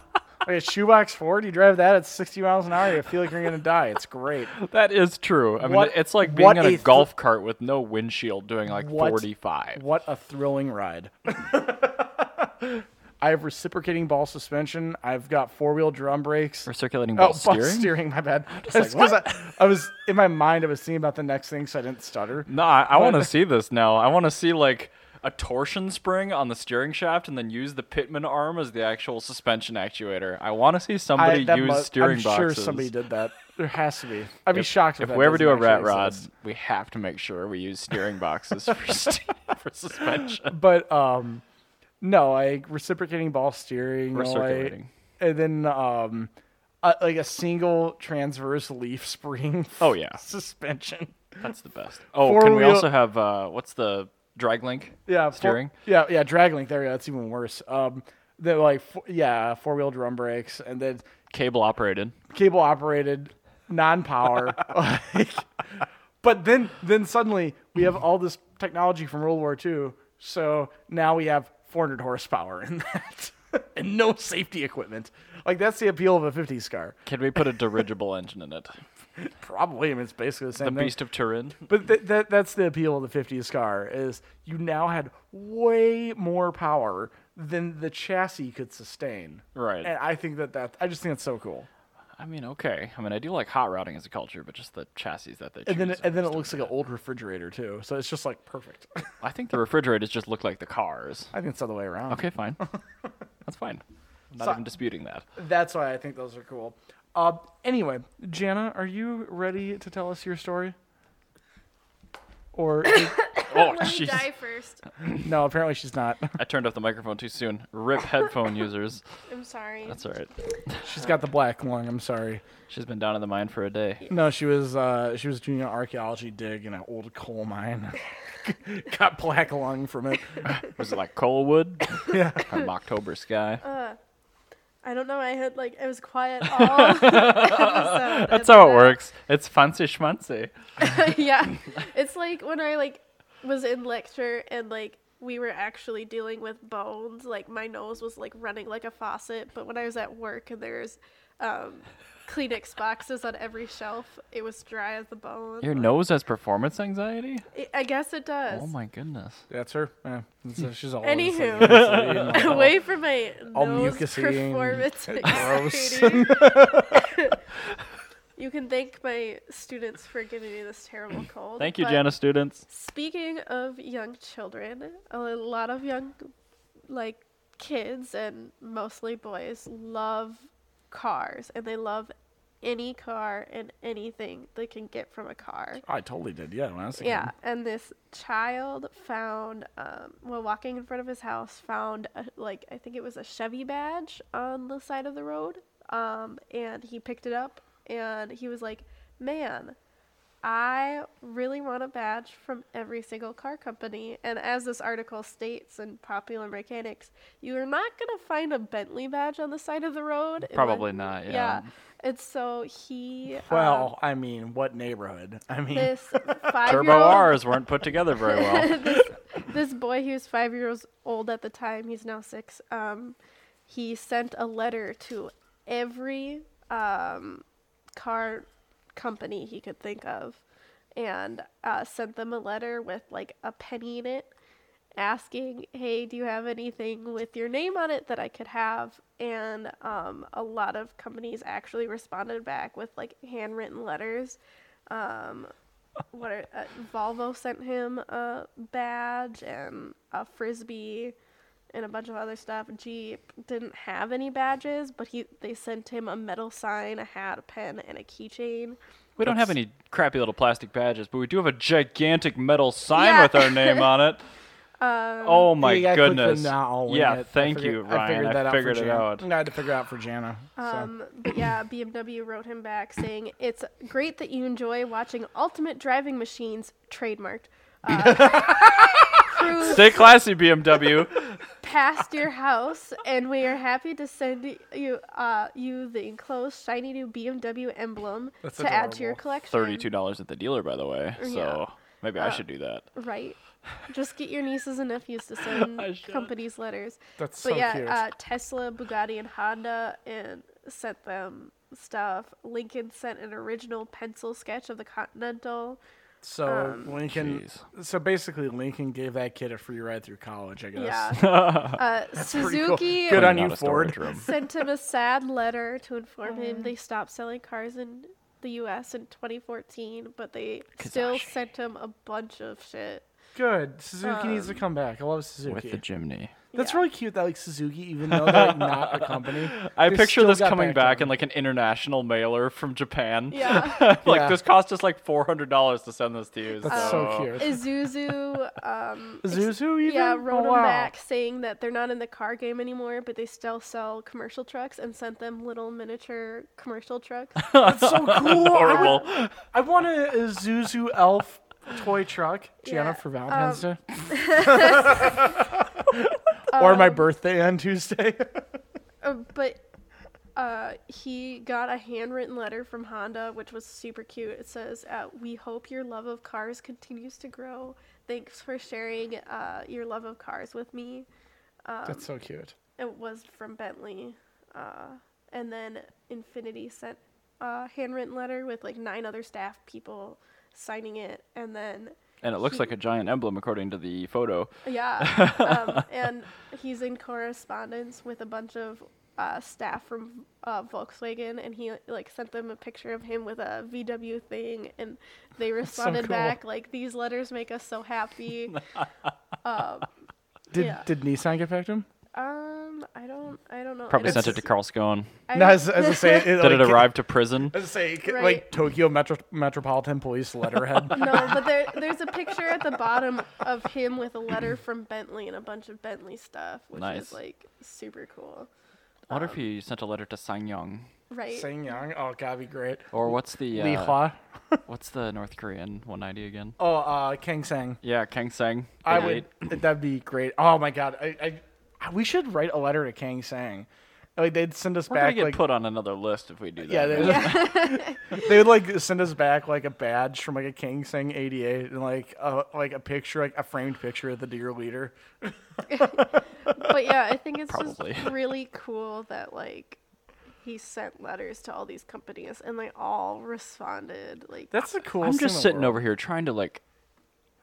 Speaker 2: like a shoebox Ford, you drive that at 60 miles an hour, you feel like you're gonna die. It's great.
Speaker 1: That is true. I mean,
Speaker 2: What-
Speaker 1: it's like being
Speaker 2: what
Speaker 1: in a
Speaker 2: a thr-
Speaker 1: golf cart with no windshield doing like
Speaker 2: What-
Speaker 1: 45.
Speaker 2: What a thrilling ride. I have reciprocating ball suspension. I've got four wheel drum brakes.
Speaker 1: Or circulating
Speaker 2: Oh,
Speaker 1: ball
Speaker 2: bus
Speaker 1: steering?
Speaker 2: steering? my bad.
Speaker 1: like,
Speaker 2: That's 'cause I, I was in my mind. I was thinking about the next thing, so I didn't stutter.
Speaker 1: No, I, I want to see this now. I want to see like a torsion spring on the steering shaft and then use the Pitman arm as the actual suspension actuator. I want to see
Speaker 2: I,
Speaker 1: somebody
Speaker 2: that
Speaker 1: use
Speaker 2: mu-
Speaker 1: steering
Speaker 2: I'm
Speaker 1: boxes.
Speaker 2: sure somebody did that. There has to be. I'd be shocked if,
Speaker 1: If
Speaker 2: that
Speaker 1: we ever
Speaker 2: doesn't
Speaker 1: do a
Speaker 2: actually
Speaker 1: rat rod,
Speaker 2: exist.
Speaker 1: we have to make sure we use steering boxes for, st- for suspension.
Speaker 2: But um, no, like reciprocating ball steering, like-
Speaker 1: Recirculating.
Speaker 2: and then um, a, like a single transverse leaf spring.
Speaker 1: Oh, yeah.
Speaker 2: suspension.
Speaker 1: That's the best. Oh,
Speaker 2: Four
Speaker 1: can we
Speaker 2: wheel-
Speaker 1: also have uh, what's the drag link?
Speaker 2: Yeah, four-
Speaker 1: steering.
Speaker 2: yeah, yeah, drag link. There, we go. that's even worse. Um, they're like, four, yeah, four wheel drum brakes, and then
Speaker 1: Cable operated.
Speaker 2: cable operated, non power. like, but then then suddenly we have all this technology from World War II. So now we have 400 horsepower in that, and no safety equipment. Like that's the appeal of a 50s car.
Speaker 1: Can we put a dirigible engine in it?
Speaker 2: Probably, I mean, it's basically the same
Speaker 1: The
Speaker 2: thing.
Speaker 1: Beast of Turin.
Speaker 2: But th- that that's the appeal of the 50s car is you now had way more power than the chassis could sustain.
Speaker 1: Right.
Speaker 2: And I think that that I just think that's so cool.
Speaker 1: I mean, okay. I mean, I do like hot routing as a culture, but just the chassis that they choose.
Speaker 2: And then and then it looks like an old refrigerator too. So it's just like perfect.
Speaker 1: I think the refrigerators just look like the cars.
Speaker 2: I think it's the other way around.
Speaker 1: Okay, fine. That's fine. I'm not
Speaker 2: So-
Speaker 1: even disputing that.
Speaker 2: That's why I think those are cool. Uh, anyway, Jana, are you ready to tell us your story? Or
Speaker 1: Oh,
Speaker 3: Let me
Speaker 1: jeez.
Speaker 3: die first.
Speaker 2: no, apparently she's not.
Speaker 1: I turned off the microphone too soon. Rip headphone users.
Speaker 3: I'm sorry.
Speaker 1: That's all right.
Speaker 2: She's got the black lung. I'm sorry.
Speaker 1: She's been down in the mine for a day.
Speaker 2: No, she was uh, she was doing an archaeology dig in an old coal mine. Got black lung from it.
Speaker 1: Was it like Coalwood?
Speaker 2: Yeah.
Speaker 1: From October Sky?
Speaker 3: Uh, I don't know. I had like I was quiet all. episode,
Speaker 1: That's
Speaker 3: and
Speaker 1: how it
Speaker 3: then-
Speaker 1: works. It's fancy schmancy.
Speaker 3: yeah, it's like when I like was in lecture and like we were actually dealing with bones. Like my nose was like running like a faucet. But when I was at work and there's um, Kleenex boxes on every shelf, it was dry as the bone.
Speaker 1: Your nose has performance anxiety?
Speaker 3: I- I guess it does.
Speaker 1: Oh my goodness.
Speaker 2: That's her. Yeah. So she's all
Speaker 3: Anywho.
Speaker 2: Anywho.
Speaker 3: Away from my
Speaker 2: All
Speaker 3: nose
Speaker 2: mucusy and
Speaker 3: performance
Speaker 2: gross.
Speaker 3: anxiety. you can thank my students for giving me this terrible cold.
Speaker 1: Thank you,
Speaker 3: but
Speaker 1: Jana students.
Speaker 3: Speaking of young children, a lot of young, like, kids and mostly boys love cars and they love any car and anything they can get from a car.
Speaker 2: I totally did. Yeah, when I was a
Speaker 3: Yeah,
Speaker 2: kid.
Speaker 3: and this child found, um, while walking in front of his house, found a, like I think it was a Chevy badge on the side of the road, um, and he picked it up and he was like, "Man, I really want a badge from every single car company." And as this article states in Popular Mechanics, you are not gonna find a Bentley badge on the side of the road. unless-
Speaker 1: Probably not, yeah.
Speaker 3: and so he um,
Speaker 2: Well, I mean, what neighborhood? I mean,
Speaker 3: this five
Speaker 1: Turbo R's weren't put together very well.
Speaker 3: this boy, he was five years old at the time. He's now six. Um, he sent a letter to every um, car company he could think of, and uh, sent them a letter with like a penny in it, asking, "Hey, do you have anything with your name on it that I could have?" And um, a lot of companies actually responded back with like handwritten letters what are, uh, Volvo sent him a badge and a frisbee and a bunch of other stuff. Jeep didn't have any badges, but he they sent him a metal sign, a hat, a pen, and a keychain.
Speaker 1: We don't have any crappy little plastic badges, but we do have a gigantic metal sign
Speaker 3: Yeah.
Speaker 1: with our name on it. oh my
Speaker 2: Yeah, I clicked the
Speaker 1: goodness.
Speaker 2: now when
Speaker 1: yeah,
Speaker 2: it- I
Speaker 1: thank
Speaker 2: figured-
Speaker 1: you,
Speaker 2: I
Speaker 1: Ryan.
Speaker 2: figured, that
Speaker 1: I
Speaker 2: out for
Speaker 1: figured it
Speaker 2: Jan-
Speaker 1: out.
Speaker 2: I had to figure out for Jana. So.
Speaker 3: Um, but yeah, BMW wrote him back saying, It's great that you enjoy watching Ultimate Driving Machines, trademarked, uh, cruise
Speaker 1: Stay classy, BMW.
Speaker 3: past your house, and we are happy to send you uh, you the enclosed shiny new BMW emblem
Speaker 2: That's
Speaker 3: to add to your
Speaker 2: adorable.
Speaker 3: collection.
Speaker 1: Thirty-two dollars at the dealer, by the way. So
Speaker 3: Yeah.
Speaker 1: maybe I should do that.
Speaker 3: Right. Just get your nieces and nephews to send
Speaker 1: I should.
Speaker 3: companies letters.
Speaker 2: That's
Speaker 3: but
Speaker 2: so
Speaker 3: yeah,
Speaker 2: cute.
Speaker 3: Uh, Tesla, Bugatti, and Honda and sent them stuff. Lincoln sent an original pencil sketch of the Continental.
Speaker 2: So
Speaker 3: um,
Speaker 2: Lincoln.
Speaker 1: jeez.
Speaker 2: So basically, Lincoln gave that kid a free ride through college. I guess.
Speaker 3: Yeah. uh,
Speaker 2: Pretty cool.
Speaker 3: Suzuki
Speaker 2: Good on
Speaker 1: Not
Speaker 2: you,
Speaker 1: a storage
Speaker 2: Ford.
Speaker 1: room.
Speaker 3: sent him a sad letter to inform
Speaker 1: Oh.
Speaker 3: him they stopped selling cars in the U.S. in 2014, but they still
Speaker 1: Kizashi.
Speaker 3: sent him a bunch of shit.
Speaker 2: Good. Suzuki needs to come back. I love Suzuki.
Speaker 1: With the chimney.
Speaker 2: That's
Speaker 3: Um, Yeah.
Speaker 2: really cute that like Suzuki, even though they're like, not a company.
Speaker 1: I
Speaker 2: they
Speaker 1: picture
Speaker 2: still
Speaker 1: this
Speaker 2: got
Speaker 1: coming back
Speaker 2: on.
Speaker 1: in like an international mailer from Japan.
Speaker 3: Yeah.
Speaker 1: like
Speaker 2: Yeah.
Speaker 1: this cost us like four hundred dollars to send this to you.
Speaker 2: That's so cute.
Speaker 3: Isuzu, um, ex-
Speaker 2: Zuzu even?
Speaker 3: Oh. yeah, wrote
Speaker 2: oh,
Speaker 3: them
Speaker 2: wow.
Speaker 3: back saying that they're not in the car game anymore, but they still sell commercial trucks and sent them little miniature commercial trucks.
Speaker 2: That's so cool.
Speaker 1: Horrible.
Speaker 2: I want a, a Zuzu elf toy truck, Gianna,
Speaker 3: Yeah,
Speaker 2: for Valentine's Day. or my birthday on Tuesday.
Speaker 3: Uh, but uh, he got a handwritten letter from Honda, which was super cute. It says, uh, "We hope your love of cars continues to grow. Thanks for sharing uh, your love of cars with me."
Speaker 2: That's so cute.
Speaker 3: It was from Bentley. Uh, and then Infinity sent a handwritten letter with like nine other staff people signing it. And then,
Speaker 1: And it looks like a giant emblem according to the photo.
Speaker 3: yeah. um, and he's in correspondence with a bunch of uh, staff from uh, Volkswagen. And he like sent them a picture of him with a VW thing. And they responded
Speaker 2: cool.
Speaker 3: back, like, these letters make us so happy. Um,
Speaker 2: Did
Speaker 3: Yeah.
Speaker 2: did Nissan get back to him?
Speaker 3: um, I don't, I don't know. I
Speaker 1: Probably
Speaker 3: don't-
Speaker 1: sent it to Carl Scone.
Speaker 3: I
Speaker 2: no,
Speaker 3: don't-
Speaker 2: as, as I say, it,
Speaker 1: Did it
Speaker 2: like,
Speaker 1: arrive to prison?
Speaker 2: As I say, it,
Speaker 3: Right.
Speaker 2: like Tokyo Metro- Metropolitan Police letterhead.
Speaker 3: No, but there, there's a picture at the bottom of him with a letter from Bentley and a bunch of Bentley stuff, which
Speaker 1: Nice.
Speaker 3: is like super cool,
Speaker 1: I wonder if he sent a letter to Sangyong.
Speaker 3: right?
Speaker 2: Sang Yang. Oh, gotta be great.
Speaker 1: Or what's the
Speaker 2: Lee
Speaker 1: uh,
Speaker 2: Hua.
Speaker 1: what's the North Korean 190 again?
Speaker 2: Oh, uh, Kang Sang.
Speaker 1: Yeah, Kang Sang.
Speaker 2: I
Speaker 1: 88.
Speaker 2: would. uh, That'd be great. Oh my god. I, I, I- we should write a letter to Kang Sang. Like they'd send us
Speaker 1: We're gonna
Speaker 2: back
Speaker 1: get
Speaker 2: like
Speaker 1: put on another list if we do that.
Speaker 2: yeah, they
Speaker 1: man.
Speaker 2: would they would like send us back like a badge from like a Kang Sang 88 and like a like a picture like a framed picture of the dear leader.
Speaker 3: But yeah, I think it's
Speaker 1: Probably.
Speaker 3: just really cool that like he sent letters to all these companies and they all responded. Like
Speaker 2: That's the coolest.
Speaker 1: I'm
Speaker 2: thing in
Speaker 1: just
Speaker 2: the
Speaker 1: sitting
Speaker 2: world.
Speaker 1: over here trying to like.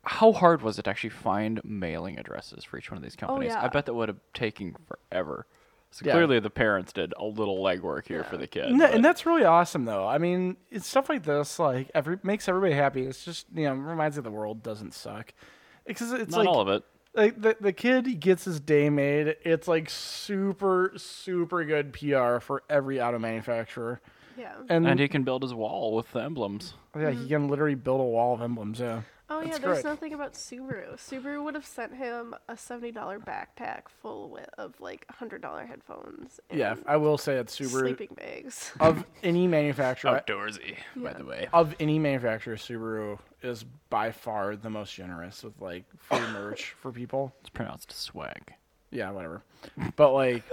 Speaker 1: How hard was it to actually find mailing addresses for each one of these companies?
Speaker 3: yeah.
Speaker 1: I bet that would have taken forever. So
Speaker 2: Yeah.
Speaker 1: clearly the parents did a little legwork here for the kid.
Speaker 2: And, that- and
Speaker 1: but-
Speaker 2: that's really awesome though. I mean, it's stuff like this like every makes everybody happy. It's just you know reminds me the world doesn't suck. Because it's
Speaker 1: not
Speaker 2: like
Speaker 1: all of it.
Speaker 2: like the, the kid gets his day made it's like super super good pr for every auto manufacturer
Speaker 3: yeah.
Speaker 2: and,
Speaker 1: And he can build his wall with the emblems.
Speaker 2: yeah he can literally build a wall of emblems yeah
Speaker 3: Oh yeah,
Speaker 2: that's
Speaker 3: there's
Speaker 2: great.
Speaker 3: nothing about Subaru. Subaru would have sent him a seventy dollar backpack full wi- of like hundred dollar headphones. And
Speaker 2: yeah i will say it's subaru
Speaker 3: Sleeping bags.
Speaker 2: of any
Speaker 1: Oh,
Speaker 2: manufacturer
Speaker 1: Outdoorsy, by the way.
Speaker 2: of any manufacturer subaru is by far the most generous with like free merch for people
Speaker 1: It's pronounced swag.
Speaker 2: yeah whatever but like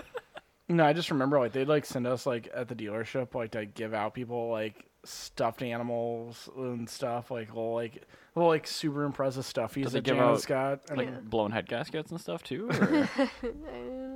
Speaker 2: no i just remember like they'd like send us like at the dealership like to give out people like stuffed animals and stuff like little like little like super impressive stuffies
Speaker 1: they
Speaker 2: that
Speaker 1: give
Speaker 2: Janice
Speaker 1: out,
Speaker 2: got and,
Speaker 1: Like
Speaker 3: Yeah.
Speaker 1: blown head gaskets and stuff too. or-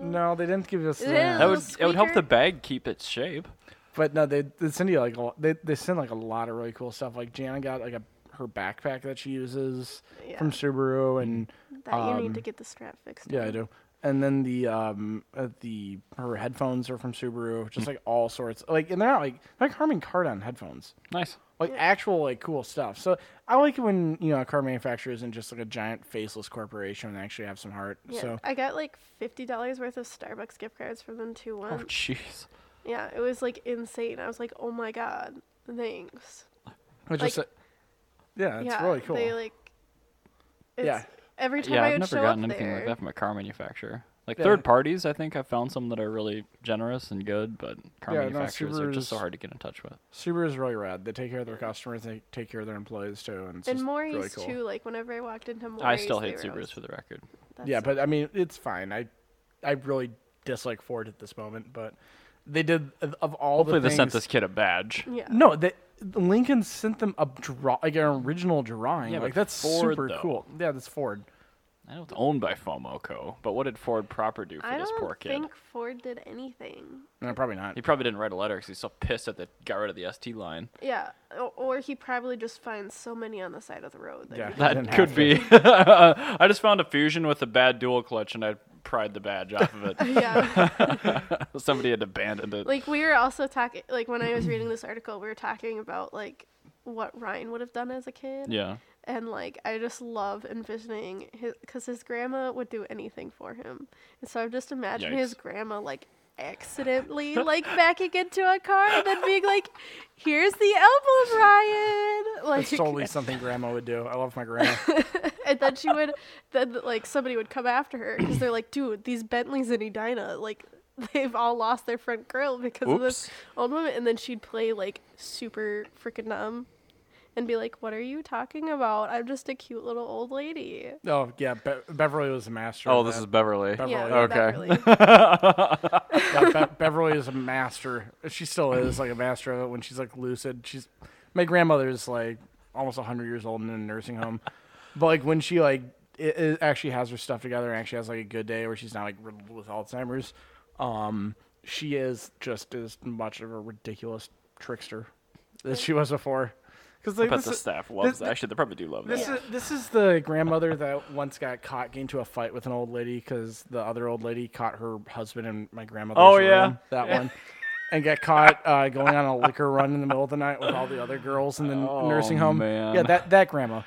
Speaker 2: no they didn't give us
Speaker 3: Ew.
Speaker 2: that,
Speaker 1: that would it would help
Speaker 3: Squeaker?
Speaker 1: the bag keep its shape.
Speaker 2: but no they they send you like a, lo- they, they send like a lot of really cool stuff like jana got like a her backpack that she uses from
Speaker 3: Yeah.
Speaker 2: subaru and
Speaker 3: That you need to get the strap fixed.
Speaker 2: Um, yeah
Speaker 3: on.
Speaker 2: i do and then the um uh, the her headphones are from subaru just like all sorts like and they're not like they're like harman kardon headphones
Speaker 1: Nice.
Speaker 2: like actual like cool stuff. So I like it when you know a car manufacturer isn't just like a giant faceless corporation and they actually have some heart.
Speaker 3: Yeah,
Speaker 2: So
Speaker 3: I got like fifty dollars worth of Starbucks gift cards from them too
Speaker 1: Oh
Speaker 3: once.
Speaker 1: jeez.
Speaker 3: yeah, it was like insane. I was like, oh my god, thanks.
Speaker 2: which is
Speaker 3: like-
Speaker 2: yeah, it's
Speaker 3: yeah,
Speaker 2: really cool.
Speaker 3: They like, it's,
Speaker 2: yeah,
Speaker 3: Every time
Speaker 1: yeah,
Speaker 3: I
Speaker 1: I've
Speaker 3: would
Speaker 1: never
Speaker 3: show
Speaker 1: gotten
Speaker 3: up
Speaker 1: anything
Speaker 3: there,
Speaker 1: like that from a car manufacturer. Like
Speaker 2: Yeah.
Speaker 1: third parties, I think I've found some that are really generous and good, but car
Speaker 2: Yeah, no,
Speaker 1: manufacturers are just so
Speaker 2: Subaru's-
Speaker 1: hard to get in touch with.
Speaker 2: Subaru is really rad. They take care of their customers. They take care of their employees too, and it's
Speaker 3: and
Speaker 2: just
Speaker 3: Maury's
Speaker 2: really cool.
Speaker 3: too. Like whenever I walked into Maury's,
Speaker 1: I still
Speaker 3: they
Speaker 1: hate
Speaker 3: were
Speaker 1: Subarus
Speaker 3: always-
Speaker 1: for the record.
Speaker 3: that's
Speaker 2: Yeah,
Speaker 3: so-
Speaker 2: but I mean, it's fine. I, I really dislike Ford at this moment, but they did of- of all
Speaker 1: Hopefully,
Speaker 2: the
Speaker 1: they
Speaker 2: things.
Speaker 1: sent this kid a badge.
Speaker 3: yeah.
Speaker 2: No, they, Lincoln sent them a draw, like an original drawing.
Speaker 1: Yeah,
Speaker 2: like
Speaker 1: but
Speaker 2: that's
Speaker 1: Ford,
Speaker 2: super
Speaker 1: though.
Speaker 2: cool. Yeah, that's Ford.
Speaker 1: I know it's owned by FOMOCO, but what did Ford proper do for
Speaker 3: I
Speaker 1: this
Speaker 3: don't
Speaker 1: poor kid?
Speaker 3: think Ford did anything.
Speaker 2: No, probably not.
Speaker 1: He probably didn't write a letter because he's so pissed that they got rid of the ST line.
Speaker 3: Yeah, or, or he probably just finds so many on the side of the road. that
Speaker 2: Yeah.
Speaker 3: he-
Speaker 1: That
Speaker 2: didn't
Speaker 1: could
Speaker 2: have
Speaker 1: be. I just found a Fusion with a bad dual clutch, and I pried the badge off of it.
Speaker 3: yeah.
Speaker 1: Somebody had abandoned it.
Speaker 3: like we were also talking. Like when I was reading this article, we were talking about like what Ryan would have done as a kid.
Speaker 1: yeah.
Speaker 3: And like I just love envisioning his, because his grandma would do anything for him, and so I'm just imagining his
Speaker 1: Yikes.
Speaker 3: grandma like accidentally like backing into a car and then being like, "Here's the elbow, Ryan!" Like
Speaker 2: That's totally something Grandma would do. I love my grandma.
Speaker 3: and then she would then like somebody would come after her because they're like dude these bentleys in edina like they've all lost their front grill because of this
Speaker 1: Oops.
Speaker 3: old woman and then she'd play like super freaking numb and be like what are you talking about i'm just a cute little old lady
Speaker 2: oh yeah, Be- Beverly was a master.
Speaker 1: Oh,
Speaker 2: of
Speaker 1: this
Speaker 2: that.
Speaker 1: is Beverly.
Speaker 2: Beverly.
Speaker 3: yeah
Speaker 1: Okay.
Speaker 3: Beverly.
Speaker 2: Yeah, Be- Beverly is a master. She still is like a master of it when she's like lucid. She's my grandmother's like almost 100 years old and in a nursing home. but like when she like it, it actually has her stuff together and actually has like a good day where she's not like riddled with Alzheimer's, um she is just as much of a ridiculous trickster as she was before. Cuz
Speaker 1: I
Speaker 2: like
Speaker 1: bet
Speaker 2: this
Speaker 1: the
Speaker 2: is,
Speaker 1: staff loves
Speaker 2: this-
Speaker 1: that. Actually, they probably do love that.
Speaker 2: this is this is the grandmother that once got caught getting into a fight with an old lady because the other old lady caught her husband and my grandmother.
Speaker 1: Oh, yeah.
Speaker 2: that one, and got caught uh, going on a liquor run in the middle of the night with all the other girls in the n-
Speaker 1: Oh,
Speaker 2: nursing home.
Speaker 1: man.
Speaker 2: Yeah, that that grandma.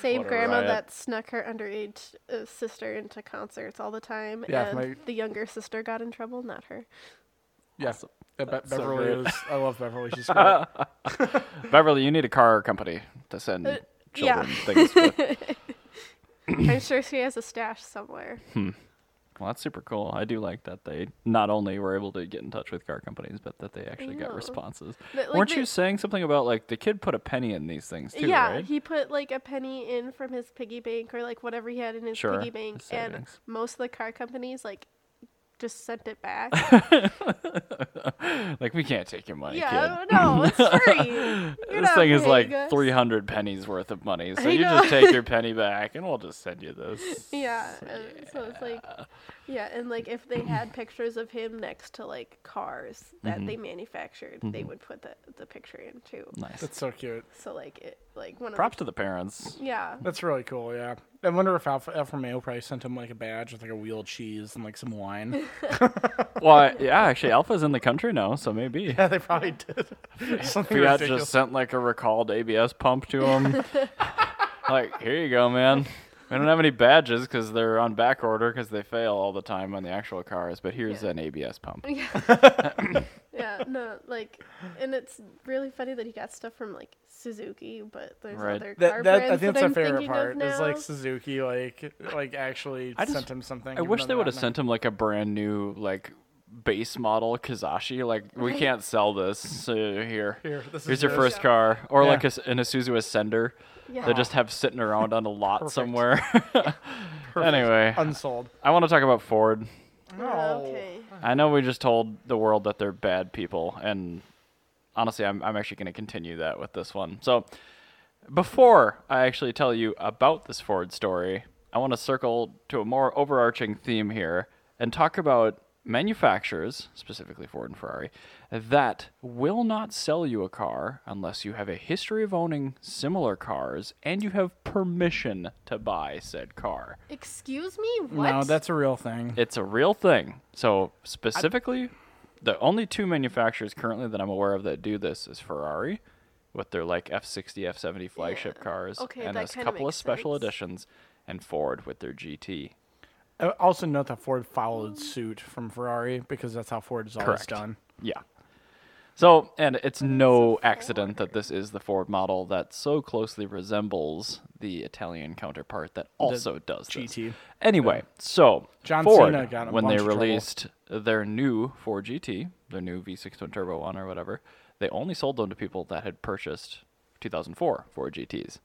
Speaker 3: same
Speaker 1: What a
Speaker 3: grandma
Speaker 1: riot.
Speaker 3: that snuck her underage uh, sister into concerts all the time
Speaker 2: Yeah,
Speaker 3: and
Speaker 2: my-
Speaker 3: the younger sister got in trouble not her
Speaker 2: Yeah, Be-
Speaker 1: That's so
Speaker 2: Beverly
Speaker 1: great.
Speaker 2: is. I love Beverly. She's great.
Speaker 1: Beverly, you need a car company to send
Speaker 3: Uh, yeah.
Speaker 1: children things with.
Speaker 3: i'm sure she has a stash somewhere
Speaker 1: Well, that's super cool. I do like that they not only were able to get in touch with car companies, but that they actually got
Speaker 3: know.
Speaker 1: responses.
Speaker 3: But, like,
Speaker 1: Weren't
Speaker 3: they-
Speaker 1: you saying something about like the kid put a penny in these things too,
Speaker 3: yeah,
Speaker 1: right?
Speaker 3: he put like a penny in from his piggy bank or like whatever he had in his
Speaker 1: Sure,
Speaker 3: piggy bank,
Speaker 1: his
Speaker 3: and
Speaker 1: savings.
Speaker 3: most of the car companies like just sent it back.
Speaker 1: like we can't take your money,
Speaker 3: yeah,
Speaker 1: kid.
Speaker 3: no, it's free. You're
Speaker 1: this
Speaker 3: not
Speaker 1: thing is
Speaker 3: paying
Speaker 1: like
Speaker 3: us.
Speaker 1: 300 pennies worth of money, so
Speaker 3: I
Speaker 1: you
Speaker 3: know.
Speaker 1: just take your penny back, and we'll just send you this.
Speaker 3: Yeah, uh, so it's like, yeah, and like if they had pictures of him next to like cars that
Speaker 2: Mm-hmm.
Speaker 3: they manufactured, they would put the the picture in too.
Speaker 1: Nice.
Speaker 2: That's so cute.
Speaker 3: So like it like one
Speaker 1: Props
Speaker 3: of
Speaker 1: to the parents.
Speaker 3: the, yeah.
Speaker 2: That's really cool. Yeah, I wonder if Alpha, Alpha Romeo probably sent him like a badge with like a wheel of cheese and like some wine.
Speaker 1: Well, I- yeah, actually, Alpha's in the country now, so maybe.
Speaker 2: yeah, they probably did. Something
Speaker 1: Fiat
Speaker 2: ridiculous.
Speaker 1: just sent like a recalled ABS pump to him. like, here you go, man. We don't have any badges because they're on back order because they fail all the time on the actual cars. But here's
Speaker 3: Yeah.
Speaker 1: an ABS pump.
Speaker 3: Yeah. yeah, no, like, and it's really funny that he got stuff from like Suzuki, but there's
Speaker 1: Right.
Speaker 3: other car
Speaker 2: that, that I think
Speaker 3: brands that
Speaker 2: that's my
Speaker 3: I'm
Speaker 2: favorite
Speaker 3: thinking
Speaker 2: part
Speaker 3: of now.
Speaker 2: is like Suzuki like like actually
Speaker 1: I just-
Speaker 2: sent him something.
Speaker 1: I wish they would have sent him like a brand new like base model Kazashi. Like, we
Speaker 3: Right.
Speaker 1: can't sell this. So here,
Speaker 2: Here, this is
Speaker 1: here's your
Speaker 2: yours.
Speaker 1: first car, or
Speaker 2: Yeah.
Speaker 1: like a, s- an Isuzu Ascender.
Speaker 3: yeah.
Speaker 1: They just have sitting around on a lot
Speaker 2: Perfect.
Speaker 1: somewhere. anyway,
Speaker 2: unsold.
Speaker 1: I want to talk about Ford.
Speaker 2: No.
Speaker 3: Oh, Okay.
Speaker 2: Oh.
Speaker 1: I know we just told the world that they're bad people, and honestly, I'm, I'm actually going to continue that with this one. So, before I actually tell you about this Ford story, I want to circle to a more overarching theme here and talk about manufacturers, specifically Ford and Ferrari, that will not sell you a car unless you have a history of owning similar cars and you have permission to buy said car.
Speaker 3: Excuse me? What?
Speaker 2: No, that's a real thing.
Speaker 1: It's a real thing. So specifically, the only two manufacturers currently that I'm aware of that do this is Ferrari, with their like F60, F70 flagship cars,
Speaker 3: Okay,
Speaker 1: and
Speaker 3: that
Speaker 1: a
Speaker 3: kinda
Speaker 1: couple of
Speaker 3: makes
Speaker 1: special
Speaker 3: sense.
Speaker 1: editions, and Ford with their GT.
Speaker 2: Uh, Also note that Ford followed suit from Ferrari because that's how Ford is always
Speaker 1: Correct.
Speaker 2: done.
Speaker 1: Yeah. So, and it's no accident that this is the Ford model that so closely resembles the Italian counterpart that also does this.
Speaker 2: GT.
Speaker 1: Anyway, so
Speaker 2: John
Speaker 1: Ford,
Speaker 2: Cena got in a
Speaker 1: when they
Speaker 2: bunch of trouble.
Speaker 1: released their new Ford GT, their new V6 twin turbo one or whatever, they only sold them to people that had purchased 2004 Ford GTs.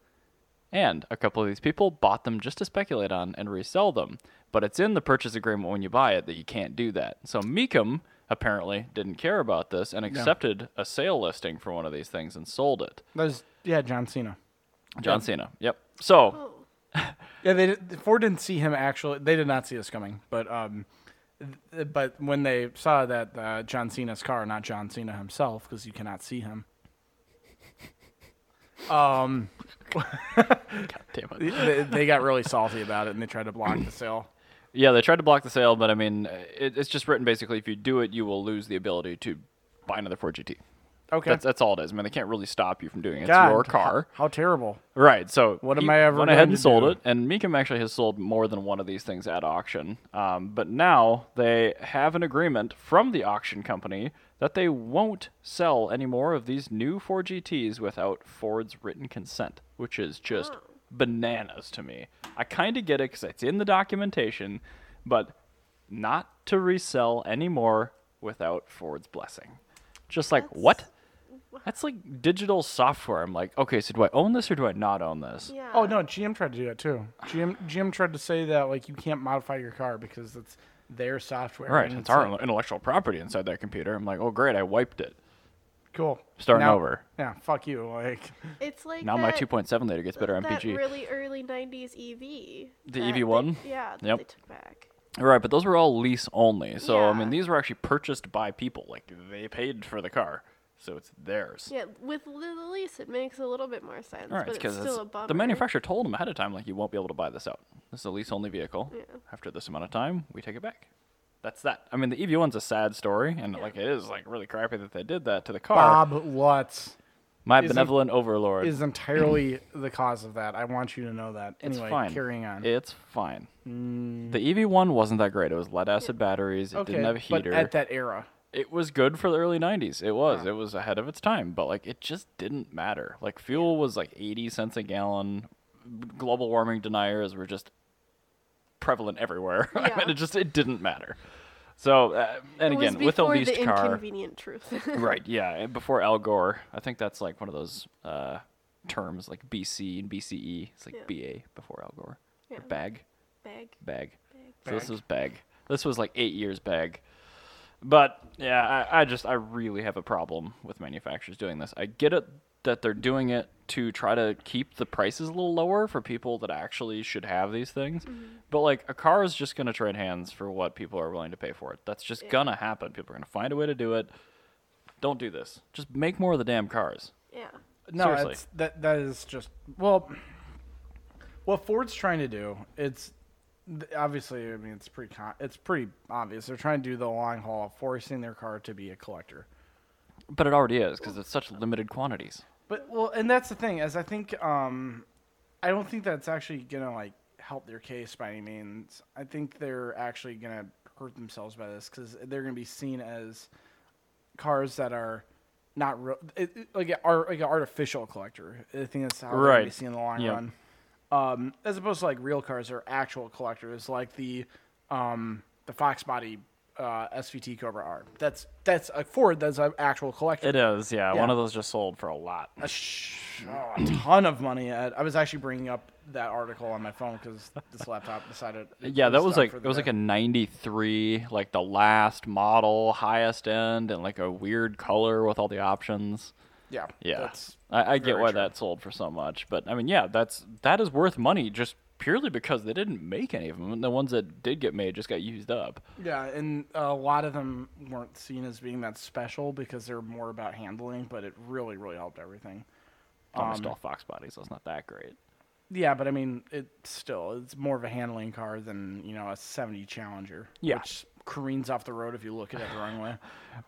Speaker 1: And a couple of these people bought them just to speculate on and resell them. But it's in the purchase agreement when you buy it that you can't do that. So Meekum apparently didn't care about this and accepted a sale listing for one of these things and sold it.
Speaker 2: That was yeah, John Cena.
Speaker 1: John Cena. Yep. So
Speaker 3: Oh,
Speaker 2: Yeah, they did, Ford didn't see him actually. They did not see us coming, but um, th- but when they saw that uh, John Cena's car, not John Cena himself, because you cannot see him. Um,
Speaker 1: damn it.
Speaker 2: they, they got really salty about it and they tried to block the sale.
Speaker 1: Yeah, they tried to block the sale, but I mean, it, it's just written basically if you do it, you will lose the ability to buy another Ford GT.
Speaker 2: Okay,
Speaker 1: That's that's all it is. I mean, they can't really stop you from doing it. It's
Speaker 2: God,
Speaker 1: your car,
Speaker 2: How, how terrible!
Speaker 1: right? So
Speaker 2: What
Speaker 1: he
Speaker 2: am I ever
Speaker 1: went ahead
Speaker 2: going
Speaker 1: and
Speaker 2: to
Speaker 1: sold
Speaker 2: do?
Speaker 1: it, and Meekum actually has sold more than one of these things at auction. Um, but now they have an agreement from the auction company that they won't sell any more of these new Ford GTs without Ford's written consent, which is just bananas to me. I kind of get it because it's in the documentation, but not to resell anymore without Ford's blessing. Just like what? That's like digital software. I'm like, okay, so do I own this or do I not own this?
Speaker 3: Yeah.
Speaker 2: Oh no, GM tried to do that too. GM GM tried to say that like you can't modify your car because it's their software.
Speaker 1: Right,
Speaker 2: and
Speaker 1: it's our
Speaker 2: like,
Speaker 1: intellectual property inside that computer. I'm like, oh great, I wiped it.
Speaker 2: cool.
Speaker 1: Starting
Speaker 2: Now-
Speaker 1: over.
Speaker 2: Yeah, fuck you. Like
Speaker 3: It's like
Speaker 1: Now
Speaker 3: that,
Speaker 1: my 2.7 liter gets better
Speaker 3: that
Speaker 1: MPG.
Speaker 3: really early '90s EV. that they-
Speaker 1: EV1?
Speaker 3: yeah. That
Speaker 1: E Yep.
Speaker 3: They took back.
Speaker 1: right, but those were all lease only. So I mean,
Speaker 3: Yeah.
Speaker 1: these were actually purchased by people. Like they paid for the car, so it's theirs.
Speaker 3: Yeah. With the lease, it makes a little bit more sense.
Speaker 1: All right,
Speaker 3: but it's
Speaker 1: because
Speaker 3: still a bummer.
Speaker 1: the manufacturer told them ahead of time, like you won't be able to buy this out. This is a lease-only vehicle.
Speaker 3: Yeah.
Speaker 1: After this amount of time, we take it back. That's that. I mean, the EV1's a sad story, and like it is like really crappy that they did that to the car.
Speaker 2: Bob Lutz.
Speaker 1: My
Speaker 2: is a-
Speaker 1: benevolent overlord.
Speaker 2: is entirely the cause of that. I want you to know that.
Speaker 1: It's
Speaker 2: anyway,
Speaker 1: fine.
Speaker 2: carrying on. Mm.
Speaker 1: It's fine. The EV1 wasn't that great. It was lead acid batteries. It
Speaker 2: okay,
Speaker 1: didn't have a heater.
Speaker 2: but at that Ah. era,
Speaker 1: it was good for the early 90s. It was. It was ahead of its time, but like it just didn't matter. Like fuel was like 80 cents a gallon. Global warming deniers were just prevalent everywhere. I
Speaker 3: Yeah.
Speaker 1: mean, it just it didn't matter. So, uh, and
Speaker 3: It was
Speaker 1: again, with a
Speaker 3: before
Speaker 1: leased
Speaker 3: the
Speaker 1: car,
Speaker 3: inconvenient truth.
Speaker 1: right? Yeah, and before Al Gore, I think that's like one of those uh, terms like BC and BCE. It's like
Speaker 3: Yeah.
Speaker 1: BA before Al Gore. Or
Speaker 3: Yeah.
Speaker 1: bag
Speaker 3: Bag.
Speaker 1: bag. So this
Speaker 2: Bag.
Speaker 1: was bag. This was like eight years bag. But yeah, I, I just I really have a problem with manufacturers doing this. I get it that they're doing it to try to keep the prices a little lower for people that actually should have these things. But like a car is just gonna trade hands for what people are willing to pay for it. That's just gonna happen. People are gonna find a way to do it. Don't do this. Just make more of the damn cars.
Speaker 3: Yeah.
Speaker 2: no,
Speaker 1: Seriously.
Speaker 2: it's, that that is just well. What Ford's trying to do, it's th- obviously. I mean, it's pretty con- it's pretty obvious. They're trying to do the long haul, of forcing their car to be a collector.
Speaker 1: But it already is because it's such limited quantities.
Speaker 2: But well, and that's the thing is I think um, I don't think that's actually gonna like help their case by any means. I think they're actually gonna hurt themselves by this because they're gonna be seen as cars that are not real, it, it- like a, ar- like an artificial collector. I think that's how they're gonna be
Speaker 1: Right.
Speaker 2: seen in the long
Speaker 1: Yeah.
Speaker 2: run. Um, as opposed to like real cars that are actual collectors, like the um, the Fox Body uh, SVT Cobra R. That's that's a Ford. That's an actual collector
Speaker 1: It is, yeah.
Speaker 2: Yeah.
Speaker 1: One of those just sold for a lot.
Speaker 2: a, sh- oh, a ton of money. At, I was actually bringing up that article on my phone because this laptop decided. it
Speaker 1: Yeah, that was
Speaker 2: done
Speaker 1: like
Speaker 2: for
Speaker 1: it
Speaker 2: the
Speaker 1: was
Speaker 2: day.
Speaker 1: like a '93, like the last model, highest end, and like a weird color with all the options.
Speaker 2: yeah
Speaker 1: Yeah,
Speaker 2: That's,
Speaker 1: I, I get
Speaker 2: very
Speaker 1: why
Speaker 2: true.
Speaker 1: that sold for so much, but I mean, yeah, that's that is worth money just purely because they didn't make any of them. And the ones that did get made just got used up.
Speaker 2: yeah, and a lot of them weren't seen as being that special because they're more about handling, but it really really helped everything. Um,
Speaker 1: Almost all Fox bodies, so it's not that great.
Speaker 2: Yeah, but I mean, it still it's more of a handling car than you know a seventy Challenger,
Speaker 1: Yeah.
Speaker 2: which careens off the road if you look at it the wrong way.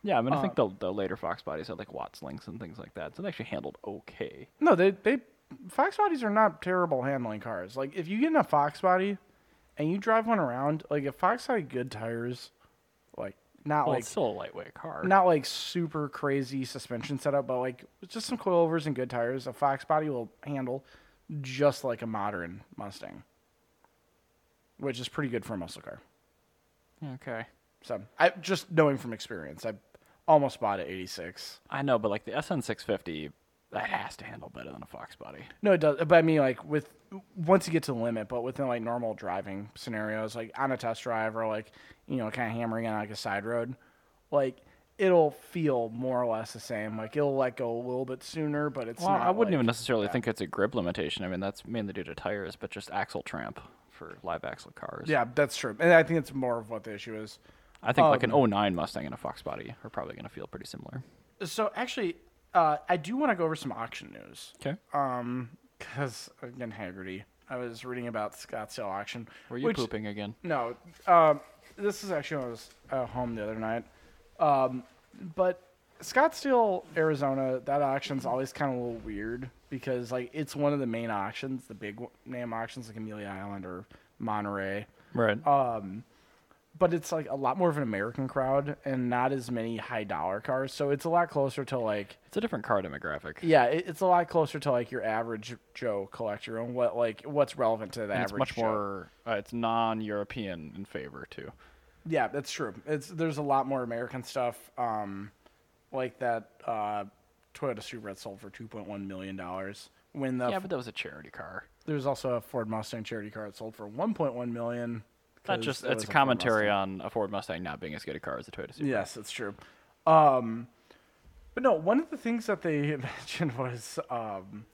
Speaker 1: Yeah, I mean, I think
Speaker 2: uh,
Speaker 1: the the later Fox bodies had like Watts links and things like that, so they actually handled okay.
Speaker 2: No, they they Fox bodies are not terrible handling cars. Like if you get in a Fox body and you drive one around, like if Fox had good tires, like Not
Speaker 1: Well,
Speaker 2: like
Speaker 1: it's still a lightweight car.
Speaker 2: not like super crazy suspension setup, but like just some coilovers and good tires. A Fox body will handle just like a modern Mustang, which is pretty good for a muscle car.
Speaker 1: Okay.
Speaker 2: So I just knowing from experience, I almost bought it '86.
Speaker 1: I know, but like the SN650, that has to handle better than a Fox body.
Speaker 2: No, it does. But I mean, like with once you get to the limit, but within like normal driving scenarios, like on a test drive or like you know, kind of hammering on like a side road, like it'll feel more or less the same. Like it'll let go a little bit sooner, but it's
Speaker 1: Well,
Speaker 2: not.
Speaker 1: I wouldn't
Speaker 2: like-
Speaker 1: even necessarily think it's a grip limitation. I mean, that's mainly due to tires, but just axle tramp for live axle cars.
Speaker 2: Yeah, that's true, and I think it's more of what the issue is.
Speaker 1: I think like an 09 Mustang and a Fox body are probably going to feel pretty similar.
Speaker 2: So actually, uh, I do want to go over some auction news.
Speaker 1: Okay.
Speaker 2: Um, because again, Haggerty. I was reading about Scottsdale auction.
Speaker 1: Were you
Speaker 2: which-
Speaker 1: pooping again?
Speaker 2: No. Um, this is actually when I was at home the other night. Um, but Scottsdale, Arizona, that
Speaker 1: Mm-hmm.
Speaker 2: auction's always kind of a little weird because like it's one of the main auctions, the big name auctions like Amelia Island or Monterey.
Speaker 1: Right.
Speaker 2: But it's like a lot more of an American crowd and not as many high dollar cars. So it's a lot closer to like
Speaker 1: it's a different car demographic.
Speaker 2: yeah, it, it's a lot closer to like your average Joe collector and what like what's relevant to the
Speaker 1: And
Speaker 2: average.
Speaker 1: it's much
Speaker 2: Joe.
Speaker 1: more. Uh, it's non-European in favor too.
Speaker 2: Yeah, that's true. It's there's a lot more American stuff, um, like that uh, Toyota Supra that sold for two point one million dollars. When the
Speaker 1: yeah, but that was a charity car.
Speaker 2: there's also a Ford Mustang charity car that sold for one point one million.
Speaker 1: That
Speaker 2: 'cause
Speaker 1: just
Speaker 2: it
Speaker 1: it's
Speaker 2: was
Speaker 1: a
Speaker 2: Ford
Speaker 1: commentary
Speaker 2: Mustang.
Speaker 1: on a Ford Mustang not being as good a car as a Toyota Supra.
Speaker 2: Yes, that's true. Um, but no, one of the things that they mentioned was, um,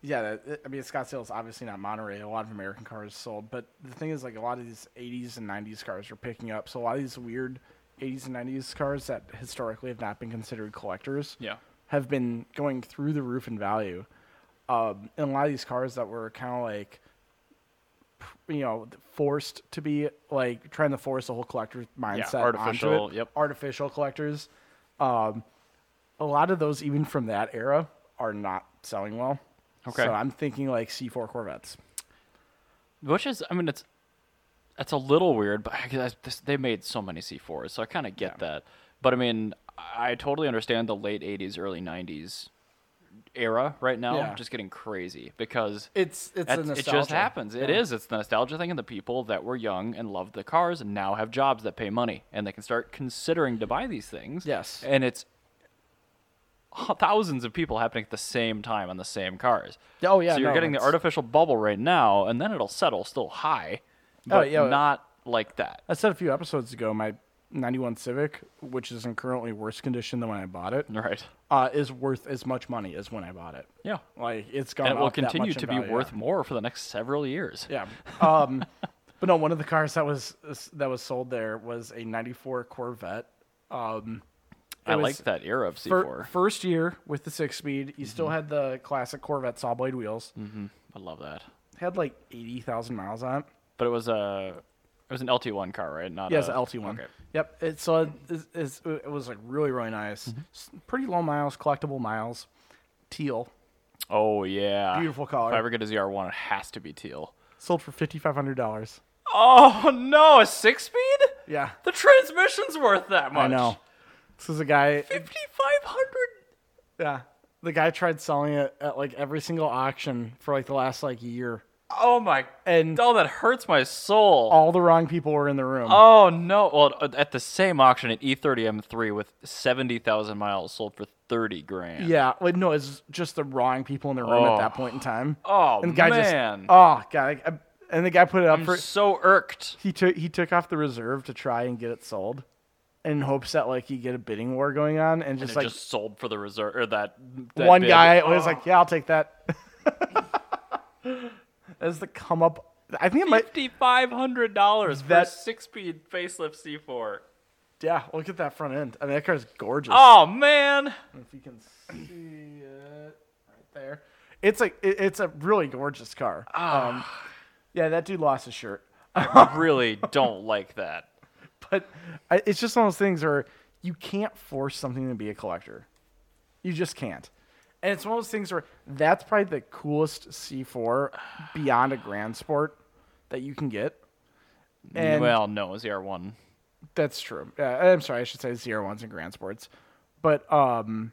Speaker 2: yeah, that, I mean, Scottsdale is obviously not Monterey. A lot of American cars sold, but the thing is, like, a lot of these '80s and '90s cars are picking up. So a lot of these weird '80s and '90s cars that historically have not been considered collectors,
Speaker 1: Yeah.
Speaker 2: have been going through the roof in value. Um, and a lot of these cars that were kind of like, p- you know, forced to be like trying to force a whole collector mindset, onto
Speaker 1: artificial,
Speaker 2: it,
Speaker 1: yep.
Speaker 2: artificial collectors. Um, a lot of those, even from that era, are not selling well.
Speaker 1: Okay.
Speaker 2: so I'm thinking like C4 Corvettes.
Speaker 1: Which is, I mean, it's it's a little weird, but I guess this, they made so many C4s, so I kind of get that. But I mean, I totally understand the late '80s, early '90s era right now
Speaker 2: Yeah.
Speaker 1: just getting crazy because
Speaker 2: It's it's
Speaker 1: That's- it just happens. It is. It's the nostalgia thing, and the people that were young and loved the cars and now have jobs that pay money, and they can start considering to buy these things.
Speaker 2: Yes.
Speaker 1: and it's h- thousands of people happening at the same time on the same cars.
Speaker 2: Oh, yeah,
Speaker 1: So you're
Speaker 2: no,
Speaker 1: getting the
Speaker 2: that's-
Speaker 1: artificial bubble right now, and then it'll settle still high, but
Speaker 2: Oh, yeah, but-
Speaker 1: not like that.
Speaker 2: I said a few episodes ago my '91 Civic, which is in currently worse condition than when I bought it.
Speaker 1: Right.
Speaker 2: uh, is worth as much money as when I bought it.
Speaker 1: Yeah.
Speaker 2: Like it's gone.
Speaker 1: And it will
Speaker 2: up that
Speaker 1: continue
Speaker 2: much in
Speaker 1: to be
Speaker 2: value,
Speaker 1: worth more for the next several years.
Speaker 2: Yeah. yeah. Um, but no, one of the cars that was that was sold there was a '94 Corvette. Um, it
Speaker 1: I
Speaker 2: was
Speaker 1: like that era of C4.
Speaker 2: fir- first year with the six-speed.
Speaker 1: Mm-hmm.
Speaker 2: You still had the classic Corvette saw blade wheels.
Speaker 1: Mm. I love that.
Speaker 2: Had like eighty thousand miles on it.
Speaker 1: But it was a it was an LT1 car, right? Not
Speaker 2: Yeah, it's
Speaker 1: a-
Speaker 2: an LT one.
Speaker 1: Okay.
Speaker 2: Yep. It, so it, it's, it was like really really nice.
Speaker 1: Mm-hmm.
Speaker 2: S- Pretty low miles, collectible miles, teal.
Speaker 1: Oh yeah,
Speaker 2: Beautiful color.
Speaker 1: If I ever get a ZR1, it has to be teal.
Speaker 2: Sold for fifty five hundred dollars.
Speaker 1: Oh no, a six speed?
Speaker 2: Yeah.
Speaker 1: The transmission's worth that much.
Speaker 2: I know. This is a guy.
Speaker 1: Fifty five hundred.
Speaker 2: Yeah. The guy tried selling it at like every single auction for like the last like year.
Speaker 1: Oh my.
Speaker 2: And Oh.
Speaker 1: Oh, that hurts my soul.
Speaker 2: all the wrong people were in the room.
Speaker 1: Oh no! Well, at the same auction, an E E30M3 with seventy thousand miles sold for thirty grand.
Speaker 2: yeah. Like, no, it's just the wrong people in the room at
Speaker 1: Oh.
Speaker 2: that point in time.
Speaker 1: Oh
Speaker 2: and the guy
Speaker 1: man,
Speaker 2: Just, oh, God. like, I- and the guy put it up
Speaker 1: I'm
Speaker 2: for.
Speaker 1: so irked.
Speaker 2: He took he took off the reserve to try and get it sold, in hopes that like you get a bidding war going on, and
Speaker 1: And
Speaker 2: just
Speaker 1: it
Speaker 2: like
Speaker 1: just sold for the reserve or that, that
Speaker 2: one
Speaker 1: bid. Oh.
Speaker 2: guy was like, "Yeah, I'll take that." That's the come up. I think it might.
Speaker 1: Fifty five hundred dollars for a
Speaker 2: That-
Speaker 1: six speed facelift C four.
Speaker 2: Yeah, look at that front end. I mean, that car's gorgeous.
Speaker 1: Oh man.
Speaker 2: if you can see it right there. It's like it, it's a really gorgeous car.
Speaker 1: Ah.
Speaker 2: Um, yeah, that dude lost his shirt,
Speaker 1: really don't like that.
Speaker 2: but I, it's just one of those things where you can't force something to be a collector. You just can't. And it's one of those things where that's probably the coolest C4 beyond a Grand Sport that you can get. And
Speaker 1: well, no, ZR1
Speaker 2: That's true. Uh, I'm sorry, I should say zero ones in Grand Sports, but um,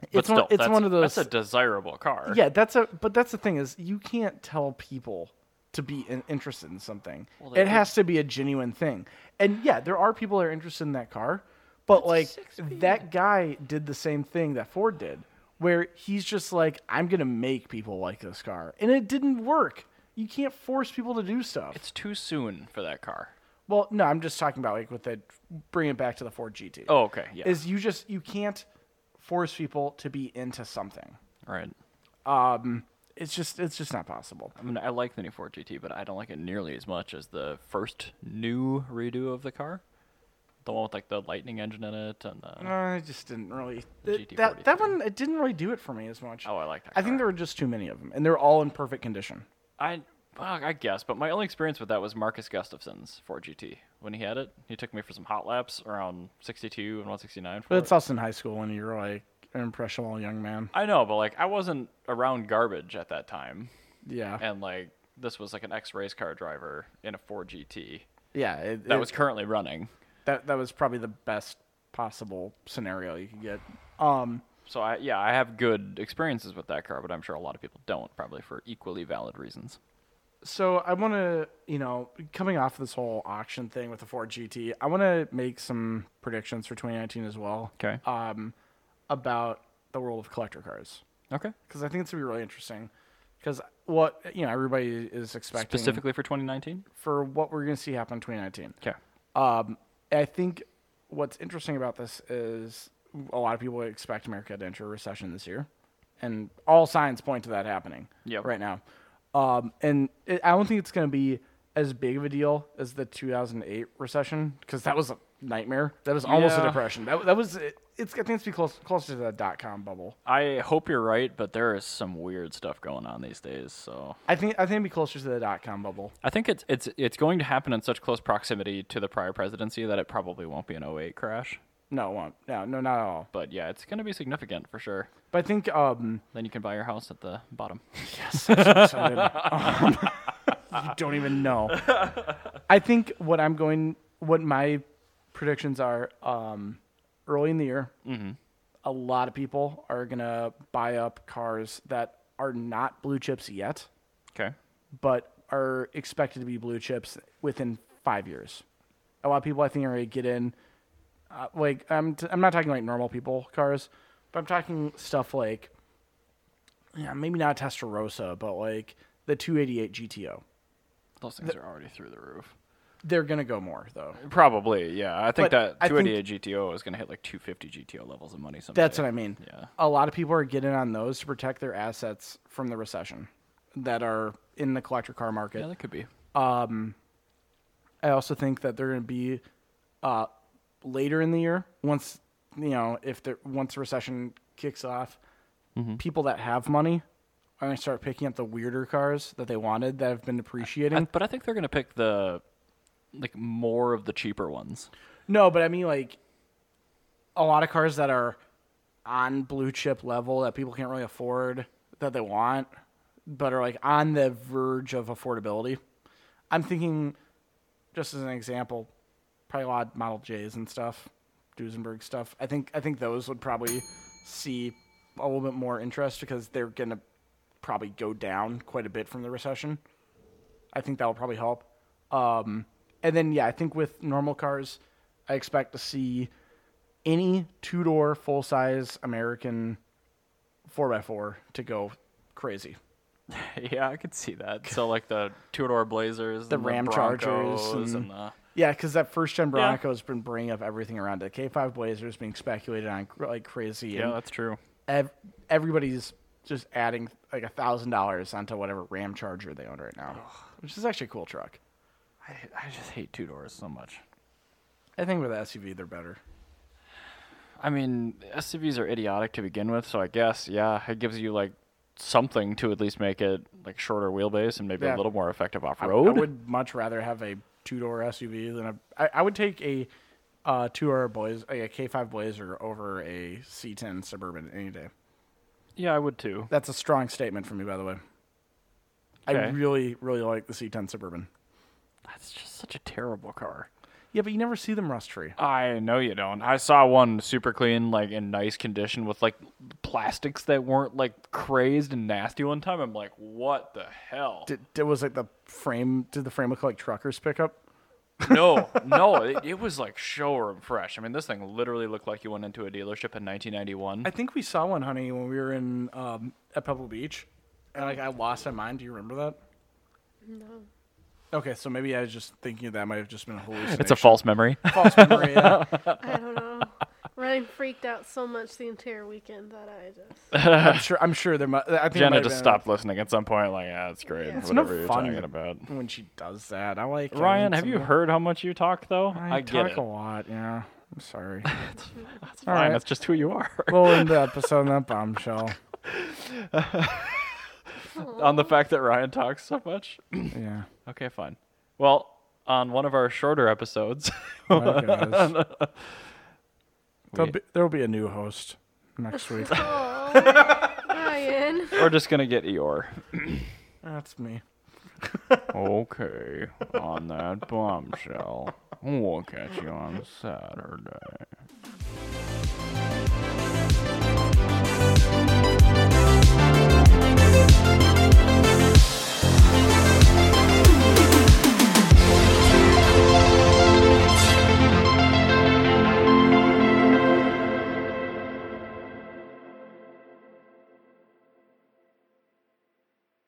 Speaker 1: But
Speaker 2: it's
Speaker 1: still,
Speaker 2: one, it's
Speaker 1: that's-
Speaker 2: one of those.
Speaker 1: That's a desirable car.
Speaker 2: yeah, that's a. But that's the thing is, you can't tell people to be in, interested in something.
Speaker 1: they
Speaker 2: it
Speaker 1: could-
Speaker 2: has to be a genuine thing. And yeah, there are people that are interested in that car, but like that guy did the same thing that Ford did, where he's just like, I'm gonna make people like this car, and it didn't work. You can't force people to do stuff.
Speaker 1: It's too soon for that car.
Speaker 2: Well, no, I'm just talking about like with the bring it back to the Ford GT.
Speaker 1: Oh, okay. Yeah.
Speaker 2: Is you just you can't force people to be into something.
Speaker 1: All right.
Speaker 2: Um, it's just it's just not possible.
Speaker 1: I mean, I like the new Ford GT, but I don't like it nearly as much as the first new redo of the car. The one with like the lightning engine in it and the.
Speaker 2: I Uh, just didn't really
Speaker 1: The
Speaker 2: it-
Speaker 1: GT40
Speaker 2: that that
Speaker 1: thing.
Speaker 2: one it didn't really do it for me as much.
Speaker 1: Oh, I like that.
Speaker 2: I think
Speaker 1: car.
Speaker 2: there were just too many of them, and they're all in perfect condition.
Speaker 1: I well, I guess, but my only experience with that was Marcus Gustafson's 4GT. When he had it, he took me for some hot laps around 62 and 169. For
Speaker 2: But
Speaker 1: it.
Speaker 2: it's also in high school when you're like an impressionable young man.
Speaker 1: I know, but like I wasn't around garbage at that time,
Speaker 2: Yeah,
Speaker 1: and like this was like an ex-race car driver in a 4GT
Speaker 2: yeah. It,
Speaker 1: that
Speaker 2: it-
Speaker 1: was currently running.
Speaker 2: that that was probably the best possible scenario you could get. Um,
Speaker 1: So I yeah, I have good experiences with that car, but I'm sure a lot of people don't, probably for equally valid reasons.
Speaker 2: so I want to, you know, coming off this whole auction thing with the Ford GT, I want to make some predictions for 2019 as well.
Speaker 1: Okay.
Speaker 2: Um, about the world of collector cars
Speaker 1: Okay.
Speaker 2: because I think it's gonna be really interesting. Because what you know, everybody is expecting
Speaker 1: Specifically for 2019.
Speaker 2: for what we're gonna see happen in 2019.
Speaker 1: Okay.
Speaker 2: Um, I think what's interesting about this is a lot of people expect America to enter a recession this year, and all signs point to that happening
Speaker 1: Yep.
Speaker 2: right now. Um, and it, I don't think it's going to be as big of a deal as the 2008 recession because that was a nightmare. That was almost
Speaker 1: Yeah.
Speaker 2: a depression. That, that was it, it's. I think it's be close closer to the dot com bubble.
Speaker 1: I hope you're right, but there is some weird stuff going on these days, so
Speaker 2: I think I think it'd be closer to the dot com bubble.
Speaker 1: I think it's it's it's going to happen in such close proximity to the prior presidency that it probably won't be an 08 crash.
Speaker 2: No, it won't. No, no, not at all.
Speaker 1: But yeah, it's going to be significant for sure.
Speaker 2: But I think um,
Speaker 1: Then you can buy your house at the bottom.
Speaker 2: Yes, I'm so excited. Um, you don't even know. I think what I'm going, what my predictions are, um, early in the year, a lot of people are gonna buy up cars that are not blue chips yet,
Speaker 1: Okay.
Speaker 2: but are expected to be blue chips within five years. A lot of people, I think, are gonna get in. Uh, like I'm, t- I'm not talking like normal people cars, but I'm talking stuff like yeah, maybe not a Testarossa, but like the 288 GTO.
Speaker 1: Those things are already through the roof.
Speaker 2: They're gonna go more though.
Speaker 1: Probably, yeah. I think
Speaker 2: But I
Speaker 1: that
Speaker 2: think-
Speaker 1: 288 GTO is going to hit like 250 GTO levels of money someday.
Speaker 2: That's what I mean.
Speaker 1: Yeah.
Speaker 2: A lot of people are getting on those to protect their assets from the recession that are in the collector car market.
Speaker 1: Yeah, that could be.
Speaker 2: I also think that they're gonna be uh, later in the year once you know if the once the recession kicks off,
Speaker 1: Mm-hmm.
Speaker 2: people that have money are gonna start picking up the weirder cars that they wanted that have been depreciating.
Speaker 1: I- but I think they're going to pick the like more of the cheaper ones.
Speaker 2: No, but I mean like a lot of cars that are on blue chip level that people can't really afford that they want, but are like on the verge of affordability. I'm thinking, just as an example, probably a lot of Model J's and stuff, Duesenberg stuff. I think I think those would probably see a little bit more interest because they're gonna probably go down quite a bit from the recession. I think that will probably help. Um, and then yeah, I think with normal cars, I expect to see any two door full size American four x four to go crazy.
Speaker 1: yeah, I could see that. So like the two-door Blazers,
Speaker 2: The
Speaker 1: and
Speaker 2: Ram Chargers
Speaker 1: Broncos and
Speaker 2: and-
Speaker 1: the
Speaker 2: Yeah, because that first gen Bronco has been bringing up everything around it. K five Blazers being speculated on cr- like crazy.
Speaker 1: Yeah,
Speaker 2: and
Speaker 1: that's true.
Speaker 2: ev- everybody's just adding like a thousand dollars onto whatever Ram Charger they own right now, which is actually a cool truck.
Speaker 1: I, I just hate two doors so much.
Speaker 2: I think with the SUV they're better.
Speaker 1: I mean, SUVs are idiotic to begin with, so I guess yeah, it gives you like something to at least make it like shorter wheelbase and maybe
Speaker 2: Yeah.
Speaker 1: a little more effective off
Speaker 2: I-
Speaker 1: road.
Speaker 2: I would much rather have a two door SUV than a. I, I would take a uh, two door blazer, a K five blazer over a C10 Suburban any day.
Speaker 1: Yeah, I would too.
Speaker 2: That's a strong statement from me, by the way. I
Speaker 1: Okay.
Speaker 2: really, really like the C10 Suburban.
Speaker 1: That's just such a terrible car.
Speaker 2: Yeah, but you never see them rust free.
Speaker 1: I know you don't. I saw one super clean, like in nice condition with like plastics that weren't like crazed and nasty one time. I'm like, what the hell?
Speaker 2: Did, did was like the frame? Did the frame look like truckers pickup?
Speaker 1: no, no, it, it was like showroom fresh. I mean, this thing literally looked like you went into a dealership in 1991.
Speaker 2: I think we saw one, honey, when we were in um, at Pebble Beach, and like I lost my mind. Do you remember that?
Speaker 3: No.
Speaker 2: Okay, so maybe I was just thinking that might have just been a hallucination.
Speaker 1: it's a false memory.
Speaker 2: false memory. yeah.
Speaker 3: I don't know. Ryan freaked out so much the entire weekend that I just.
Speaker 2: I'm sure. I'm sure there. Mu- I think it might
Speaker 1: Jenna
Speaker 2: have
Speaker 1: just
Speaker 2: been-
Speaker 1: stopped listening at some point. Like, yeah, it's great.
Speaker 3: Yeah. It's
Speaker 2: no
Speaker 1: whatever you're
Speaker 2: fun.
Speaker 1: talking about.
Speaker 2: when she does that. I like
Speaker 1: Ryan,
Speaker 2: I need
Speaker 1: have you
Speaker 2: someone-
Speaker 1: heard how much you talk though?
Speaker 2: I,
Speaker 1: get
Speaker 2: talk
Speaker 1: it.
Speaker 2: a lot. Yeah, I'm sorry.
Speaker 1: That's fine.
Speaker 2: right.
Speaker 1: That's just who you are.
Speaker 2: we'll end the episode on that bombshell.
Speaker 1: on the fact that Ryan talks so much.
Speaker 2: Yeah.
Speaker 1: okay, fine. Well, on one of our shorter episodes,
Speaker 2: My goodness.
Speaker 1: We-
Speaker 2: There'll be, there'll be a new host next week.
Speaker 3: Oh, Ryan.
Speaker 1: we're just gonna get Eeyore.
Speaker 2: That's me.
Speaker 1: okay, on that bombshell, we'll catch you on Saturday.